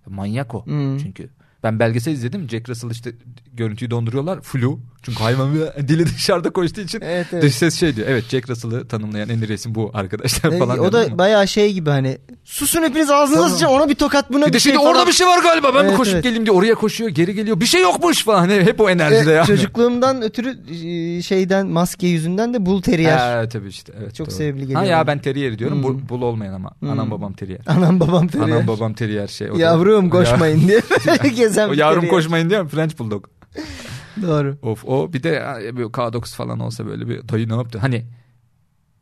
Speaker 2: Manyak o.
Speaker 3: Hmm.
Speaker 2: Çünkü ben belgesel izledim. Jack Russell işte görüntüyü donduruyorlar. Flu. Çünkü hayvan bir- dili dışarıda koştuğu için.
Speaker 3: Evet evet.
Speaker 2: Dış ses şey diyor. Evet Jack Russell'ı tanımlayan en iyi resim bu arkadaşlar
Speaker 3: E,
Speaker 2: falan.
Speaker 3: o
Speaker 2: diyorum
Speaker 3: da
Speaker 2: ama.
Speaker 3: bayağı şey gibi hani susun hepiniz ağzınıza
Speaker 2: Tamam.
Speaker 3: sıçacağım ona bir tokat buna
Speaker 2: bir de şimdi orada
Speaker 3: falan.
Speaker 2: bir şey var galiba. Ben bir
Speaker 3: Evet,
Speaker 2: koşup
Speaker 3: evet.
Speaker 2: geleyim diye oraya koşuyor, geri geliyor. Bir şey yokmuş falan. Hep, hep o enerjide
Speaker 3: E,
Speaker 2: ya.
Speaker 3: Çocukluğumdan ötürü e, şeyden maske yüzünden de bull terrier.
Speaker 2: Ha, tabii işte. Evet,
Speaker 3: Çok
Speaker 2: doğru.
Speaker 3: sevimli
Speaker 2: Ha
Speaker 3: geliyor
Speaker 2: ya
Speaker 3: bana.
Speaker 2: ben terrier diyorum. Bu
Speaker 3: Hmm.
Speaker 2: Bul olmayan ama.
Speaker 3: Hmm.
Speaker 2: Anam babam terrier.
Speaker 3: Anam babam terrier.
Speaker 2: Anam babam terrier şey. o da-
Speaker 3: Yavrum koşmayın diye gezen
Speaker 2: O
Speaker 3: bir
Speaker 2: yavrum
Speaker 3: terrier.
Speaker 2: koşmayın diyor mu? French Bulldog.
Speaker 3: Doğru.
Speaker 2: Of o bir de ya, böyle K9 falan olsa böyle bir dayı ne yaptı? Hani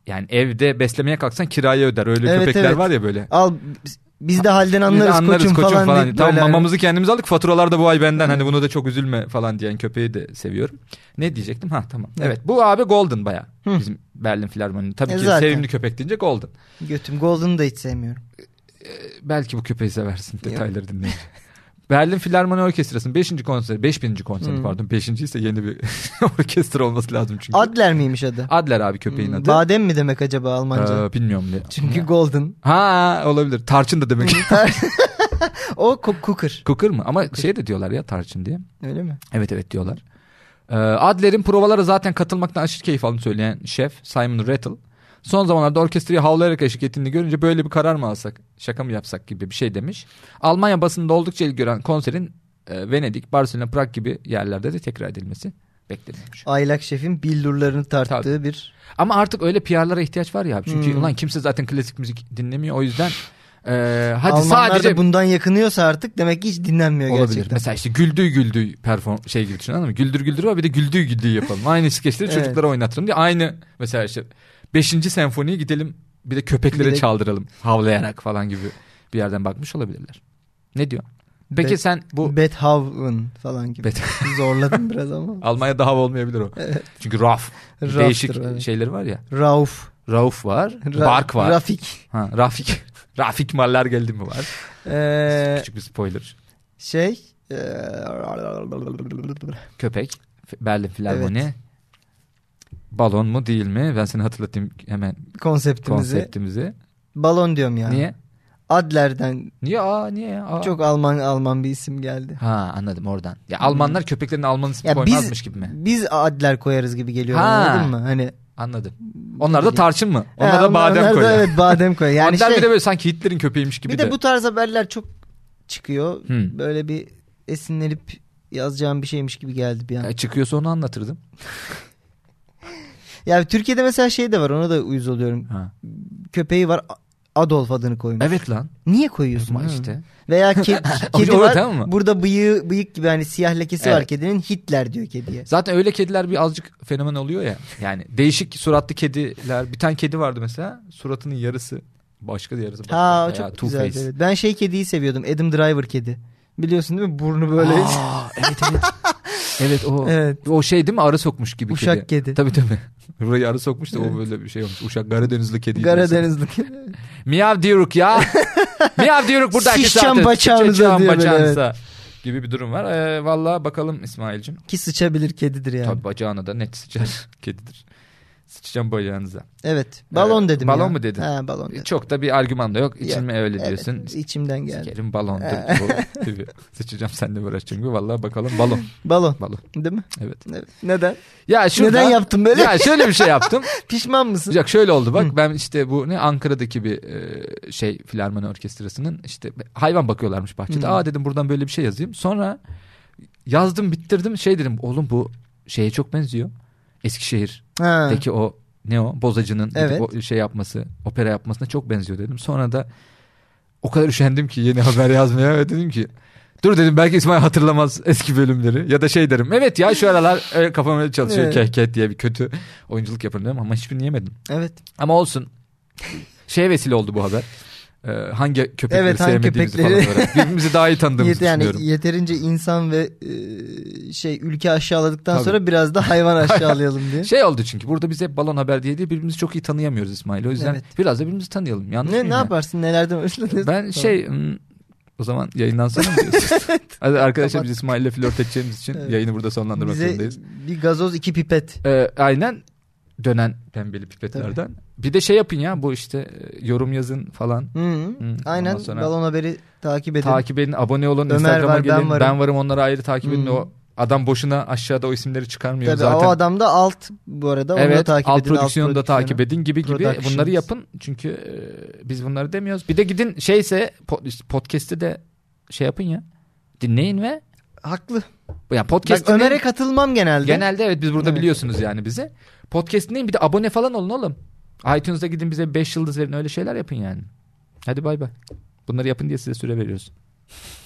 Speaker 2: yani evde beslemeye kalksan kiraya öder. Öyle
Speaker 3: Evet,
Speaker 2: köpekler
Speaker 3: evet.
Speaker 2: var ya böyle.
Speaker 3: Al biz- biz de halden anlarız, koçum, falan. deyip
Speaker 2: Tamam
Speaker 3: böyle hani-
Speaker 2: mamamızı kendimiz aldık. Faturalar da bu ay benden. Hani bunu da çok üzülme falan diyen köpeği de seviyorum. Ne diyecektim? Ha tamam.
Speaker 3: Hı.
Speaker 2: Evet bu abi Golden baya.
Speaker 3: Hı.
Speaker 2: Bizim Berlin Filarmoni. Tabii
Speaker 3: E,
Speaker 2: ki
Speaker 3: zaten.
Speaker 2: sevimli köpek deyince Golden.
Speaker 3: Götüm Golden'ı da hiç sevmiyorum.
Speaker 2: Belki bu köpeği seversin detayları dinleyin. Berlin Filarmoni Orkestrası'nın 5. konseri, 5000. konseri
Speaker 3: Hı.
Speaker 2: pardon. 5. ise yeni bir orkestra olması lazım çünkü.
Speaker 3: Adler miymiş adı?
Speaker 2: Adler abi köpeğin
Speaker 3: Hmm,
Speaker 2: adı.
Speaker 3: Badem mi demek acaba Almanca?
Speaker 2: Ee, bilmiyorum ne.
Speaker 3: Çünkü Golden.
Speaker 2: Ha olabilir. Tarçın da demek.
Speaker 3: O ko- cooker.
Speaker 2: Kukır mı? Ama şey de diyorlar ya tarçın diye.
Speaker 3: Öyle mi?
Speaker 2: Evet evet diyorlar. Ee, Adler'in provalara zaten katılmaktan aşırı keyif aldığını söyleyen şef Simon Rattle. Son zamanlarda orkestraya havlayarak eşlik ettiğini görünce böyle bir karar mı alsak, şaka mı yapsak gibi bir şey demiş. Almanya basında oldukça ilgi gören konserin e, Venedik, Barcelona, Prag gibi yerlerde de tekrar edilmesi bekleniyormuş.
Speaker 3: Aylak şefin billurlarını tarttığı
Speaker 2: Tabii.
Speaker 3: bir
Speaker 2: Ama artık öyle PR'lara ihtiyaç var ya abi. Çünkü
Speaker 3: Hmm.
Speaker 2: ulan kimse zaten klasik müzik dinlemiyor. O yüzden e, hadi
Speaker 3: Almanlar
Speaker 2: sadece
Speaker 3: da bundan yakınıyorsa artık demek ki hiç dinlenmiyor
Speaker 2: Olabilir.
Speaker 3: gerçekten.
Speaker 2: Mesela işte güldüğü güldüğü perform şey gibi düşün anladın mı? Güldür güldür var bir de güldüğü güldüğü yapalım. Aynı skeçleri
Speaker 3: Evet.
Speaker 2: çocuklara oynatalım diye. Aynı mesela işte 5. senfoniye gidelim bir de köpeklere
Speaker 3: Bir de-
Speaker 2: çaldıralım. Havlayarak falan gibi bir yerden bakmış olabilirler. Ne diyor? Peki
Speaker 3: Bet-
Speaker 2: sen bu
Speaker 3: Beethoven falan gibi.
Speaker 2: Bet-
Speaker 3: Zorladım biraz ama.
Speaker 2: Almanya'da hava olmayabilir o. Çünkü Raf.
Speaker 3: Raf'tır
Speaker 2: değişik
Speaker 3: öyle.
Speaker 2: şeyleri var ya.
Speaker 3: Rauf.
Speaker 2: Rauf var.
Speaker 3: Ra-
Speaker 2: Bark var.
Speaker 3: Rafik.
Speaker 2: ha, Rafik. Rafik mallar geldi mi var.
Speaker 3: Ee,
Speaker 2: Küçük bir spoiler.
Speaker 3: şey. ee,
Speaker 2: köpek, f- Berlin Filarmoni. Balon mu değil mi? Ben seni hatırlatayım hemen
Speaker 3: konseptimizi.
Speaker 2: konseptimizi.
Speaker 3: Balon diyorum ya.
Speaker 2: Niye?
Speaker 3: Adler'den
Speaker 2: Niye? Aa niye? ya? Aa.
Speaker 3: çok Alman Alman bir isim geldi.
Speaker 2: Ha anladım oradan. Ya Almanlar köpeklerine Alman ismi
Speaker 3: Ya biz-
Speaker 2: koymazmış gibi mi?
Speaker 3: Biz Adler koyarız gibi geliyor
Speaker 2: Ha.
Speaker 3: anladın mı? Hani
Speaker 2: Anladım. Onlar da tarçın mı?
Speaker 3: Ha,
Speaker 2: Onlar da
Speaker 3: onlar- onlar
Speaker 2: badem koyuyor.
Speaker 3: evet badem koyar. Yani
Speaker 2: Adler
Speaker 3: şey,
Speaker 2: bir de böyle sanki Hitler'in köpeğiymiş gibi
Speaker 3: bir
Speaker 2: de.
Speaker 3: de bu tarz haberler çok çıkıyor.
Speaker 2: Hmm.
Speaker 3: Böyle bir esinlenip yazacağım bir şeymiş gibi geldi bir an.
Speaker 2: Ya E, çıkıyorsa onu anlatırdım.
Speaker 3: Ya Türkiye'de mesela şey de var ona da uyuz oluyorum.
Speaker 2: Ha.
Speaker 3: Köpeği var A- Adolf adını koymuş.
Speaker 2: Evet lan.
Speaker 3: Niye koyuyorsun?
Speaker 2: Ama
Speaker 3: değil mi?
Speaker 2: işte.
Speaker 3: Veya ke- kedi
Speaker 2: O- o
Speaker 3: var.
Speaker 2: tamam mı?
Speaker 3: Burada bıyığı, bıyık gibi hani siyah lekesi var
Speaker 2: Evet.
Speaker 3: kedinin. Hitler diyor kediye.
Speaker 2: Zaten öyle kediler bir azıcık fenomen oluyor ya. Yani değişik suratlı kediler. Bir tane kedi vardı mesela. Suratının yarısı başka yarısı başka.
Speaker 3: Ha o
Speaker 2: Veya
Speaker 3: çok
Speaker 2: Two
Speaker 3: güzel.
Speaker 2: Face.
Speaker 3: Evet. Ben şey kediyi seviyordum. Adam Driver kedi. Biliyorsun değil mi? Burnu böyle.
Speaker 2: Aa, evet evet. evet o.
Speaker 3: evet.
Speaker 2: O şey değil mi arı sokmuş gibi
Speaker 3: Uşak
Speaker 2: kedi.
Speaker 3: kedi.
Speaker 2: Tabii tabii. Burayı arı sokmuş da o böyle bir şey olmuş. Uşak Karadenizli kedi.
Speaker 3: Karadenizli kedi.
Speaker 2: Miyav diyoruk ya. Miyav diyoruk burada herkes
Speaker 3: Sıçacağım
Speaker 2: zaten.
Speaker 3: bacağınıza
Speaker 2: Sıçacağım
Speaker 3: diyor böyle,
Speaker 2: bacağınıza Gibi bir durum var. Ee, Valla bakalım İsmail'cim.
Speaker 3: Ki sıçabilir kedidir yani.
Speaker 2: Tabii bacağına da net sıçar kedidir. Sıçacağım bacağınıza.
Speaker 3: Evet. Balon
Speaker 2: Ee,
Speaker 3: dedim
Speaker 2: balon
Speaker 3: ya.
Speaker 2: mu dedin?
Speaker 3: He balon dedim.
Speaker 2: Çok da bir argüman da yok. İçime öyle
Speaker 3: Evet,
Speaker 2: diyorsun.
Speaker 3: İçimden geldi.
Speaker 2: Sikerim balon. bu gibi. Sıçacağım seninle uğraşacağım gibi. Vallahi bakalım balon.
Speaker 3: Balon.
Speaker 2: Balon.
Speaker 3: Değil mi?
Speaker 2: Evet.
Speaker 3: Evet. Neden?
Speaker 2: Ya şurada,
Speaker 3: Neden yaptın böyle?
Speaker 2: Ya şöyle bir şey yaptım.
Speaker 3: Pişman mısın?
Speaker 2: Yok şöyle oldu bak ben işte bu ne Ankara'daki bir e, şey filarmoni orkestrasının işte hayvan bakıyorlarmış bahçede.
Speaker 3: Hı.
Speaker 2: Aa dedim buradan böyle bir şey yazayım. Sonra yazdım bitirdim şey dedim oğlum bu şeye çok benziyor. Eskişehir'deki
Speaker 3: Ha.
Speaker 2: o ne o bozacının gidip
Speaker 3: Evet.
Speaker 2: o şey yapması opera yapmasına çok benziyor dedim. Sonra da o kadar üşendim ki yeni haber yazmaya ve dedim ki Dur dedim belki İsmail hatırlamaz eski bölümleri ya da şey derim. Evet ya şu aralar e, kafam öyle çalışıyor
Speaker 3: Evet.
Speaker 2: kehket diye bir kötü oyunculuk yaparım dedim ama hiçbirini yemedim.
Speaker 3: Evet.
Speaker 2: Ama olsun. Şeye vesile oldu bu haber. Ee, hangi köpekleri
Speaker 3: Evet, hangi
Speaker 2: sevmediğimizi
Speaker 3: köpekleri?
Speaker 2: falan öğrendik. Birbirimizi daha iyi tanıdığımızı
Speaker 3: Yet- yani
Speaker 2: düşünüyorum.
Speaker 3: yeterince insan ve e, şey ülke aşağıladıktan
Speaker 2: Tabii.
Speaker 3: sonra biraz da hayvan aşağılayalım diye.
Speaker 2: Şey oldu çünkü burada biz hep balon haber diye diye birbirimizi çok iyi tanıyamıyoruz İsmail. O yüzden
Speaker 3: Evet.
Speaker 2: biraz da birbirimizi tanıyalım. Yanlış
Speaker 3: ne
Speaker 2: mıyım
Speaker 3: ne
Speaker 2: ya?
Speaker 3: yaparsın? Nelerden hoşlanıyorsun?
Speaker 2: Ben şey hmm, o zaman yayından sonra mı diyorsun? Hadi Arkadaşlar
Speaker 3: Kapat.
Speaker 2: biz İsmail'le flört edeceğimiz için
Speaker 3: Evet.
Speaker 2: yayını burada sonlandırmak
Speaker 3: Bize
Speaker 2: zorundayız.
Speaker 3: bir gazoz iki pipet.
Speaker 2: Ee, aynen dönen pembeli pipetlerden. Bir de şey yapın ya bu işte e, yorum yazın falan.
Speaker 3: Hı -hı.
Speaker 2: Hı,
Speaker 3: Aynen
Speaker 2: ondan sonra-
Speaker 3: balon haberi takip edin.
Speaker 2: Takip edin, abone olun,
Speaker 3: Ömer
Speaker 2: Instagram'a
Speaker 3: var, ben
Speaker 2: gelin. Ben varım.
Speaker 3: varım.
Speaker 2: onları ayrı takip edin.
Speaker 3: Hmm.
Speaker 2: O adam boşuna aşağıda o isimleri çıkarmıyor
Speaker 3: Tabii
Speaker 2: zaten.
Speaker 3: o adam da alt bu arada. Onu da
Speaker 2: evet,
Speaker 3: takip
Speaker 2: alt
Speaker 3: edin.
Speaker 2: prodüksiyonu da takip edin gibi gibi
Speaker 3: Productions.
Speaker 2: bunları yapın. Çünkü e, biz bunları demiyoruz. Bir de gidin şeyse po- podcast'i de şey yapın ya. Dinleyin ve
Speaker 3: Haklı.
Speaker 2: ya
Speaker 3: Bak,
Speaker 2: podcast'ini
Speaker 3: Ömer'e katılmam genelde.
Speaker 2: genelde evet biz burada
Speaker 3: Evet.
Speaker 2: biliyorsunuz yani bizi. Podcast dinleyin bir de abone falan olun oğlum. iTunes'da gidin bize 5 yıldız verin öyle şeyler yapın yani. Hadi bay bay. Bunları yapın diye size süre veriyoruz.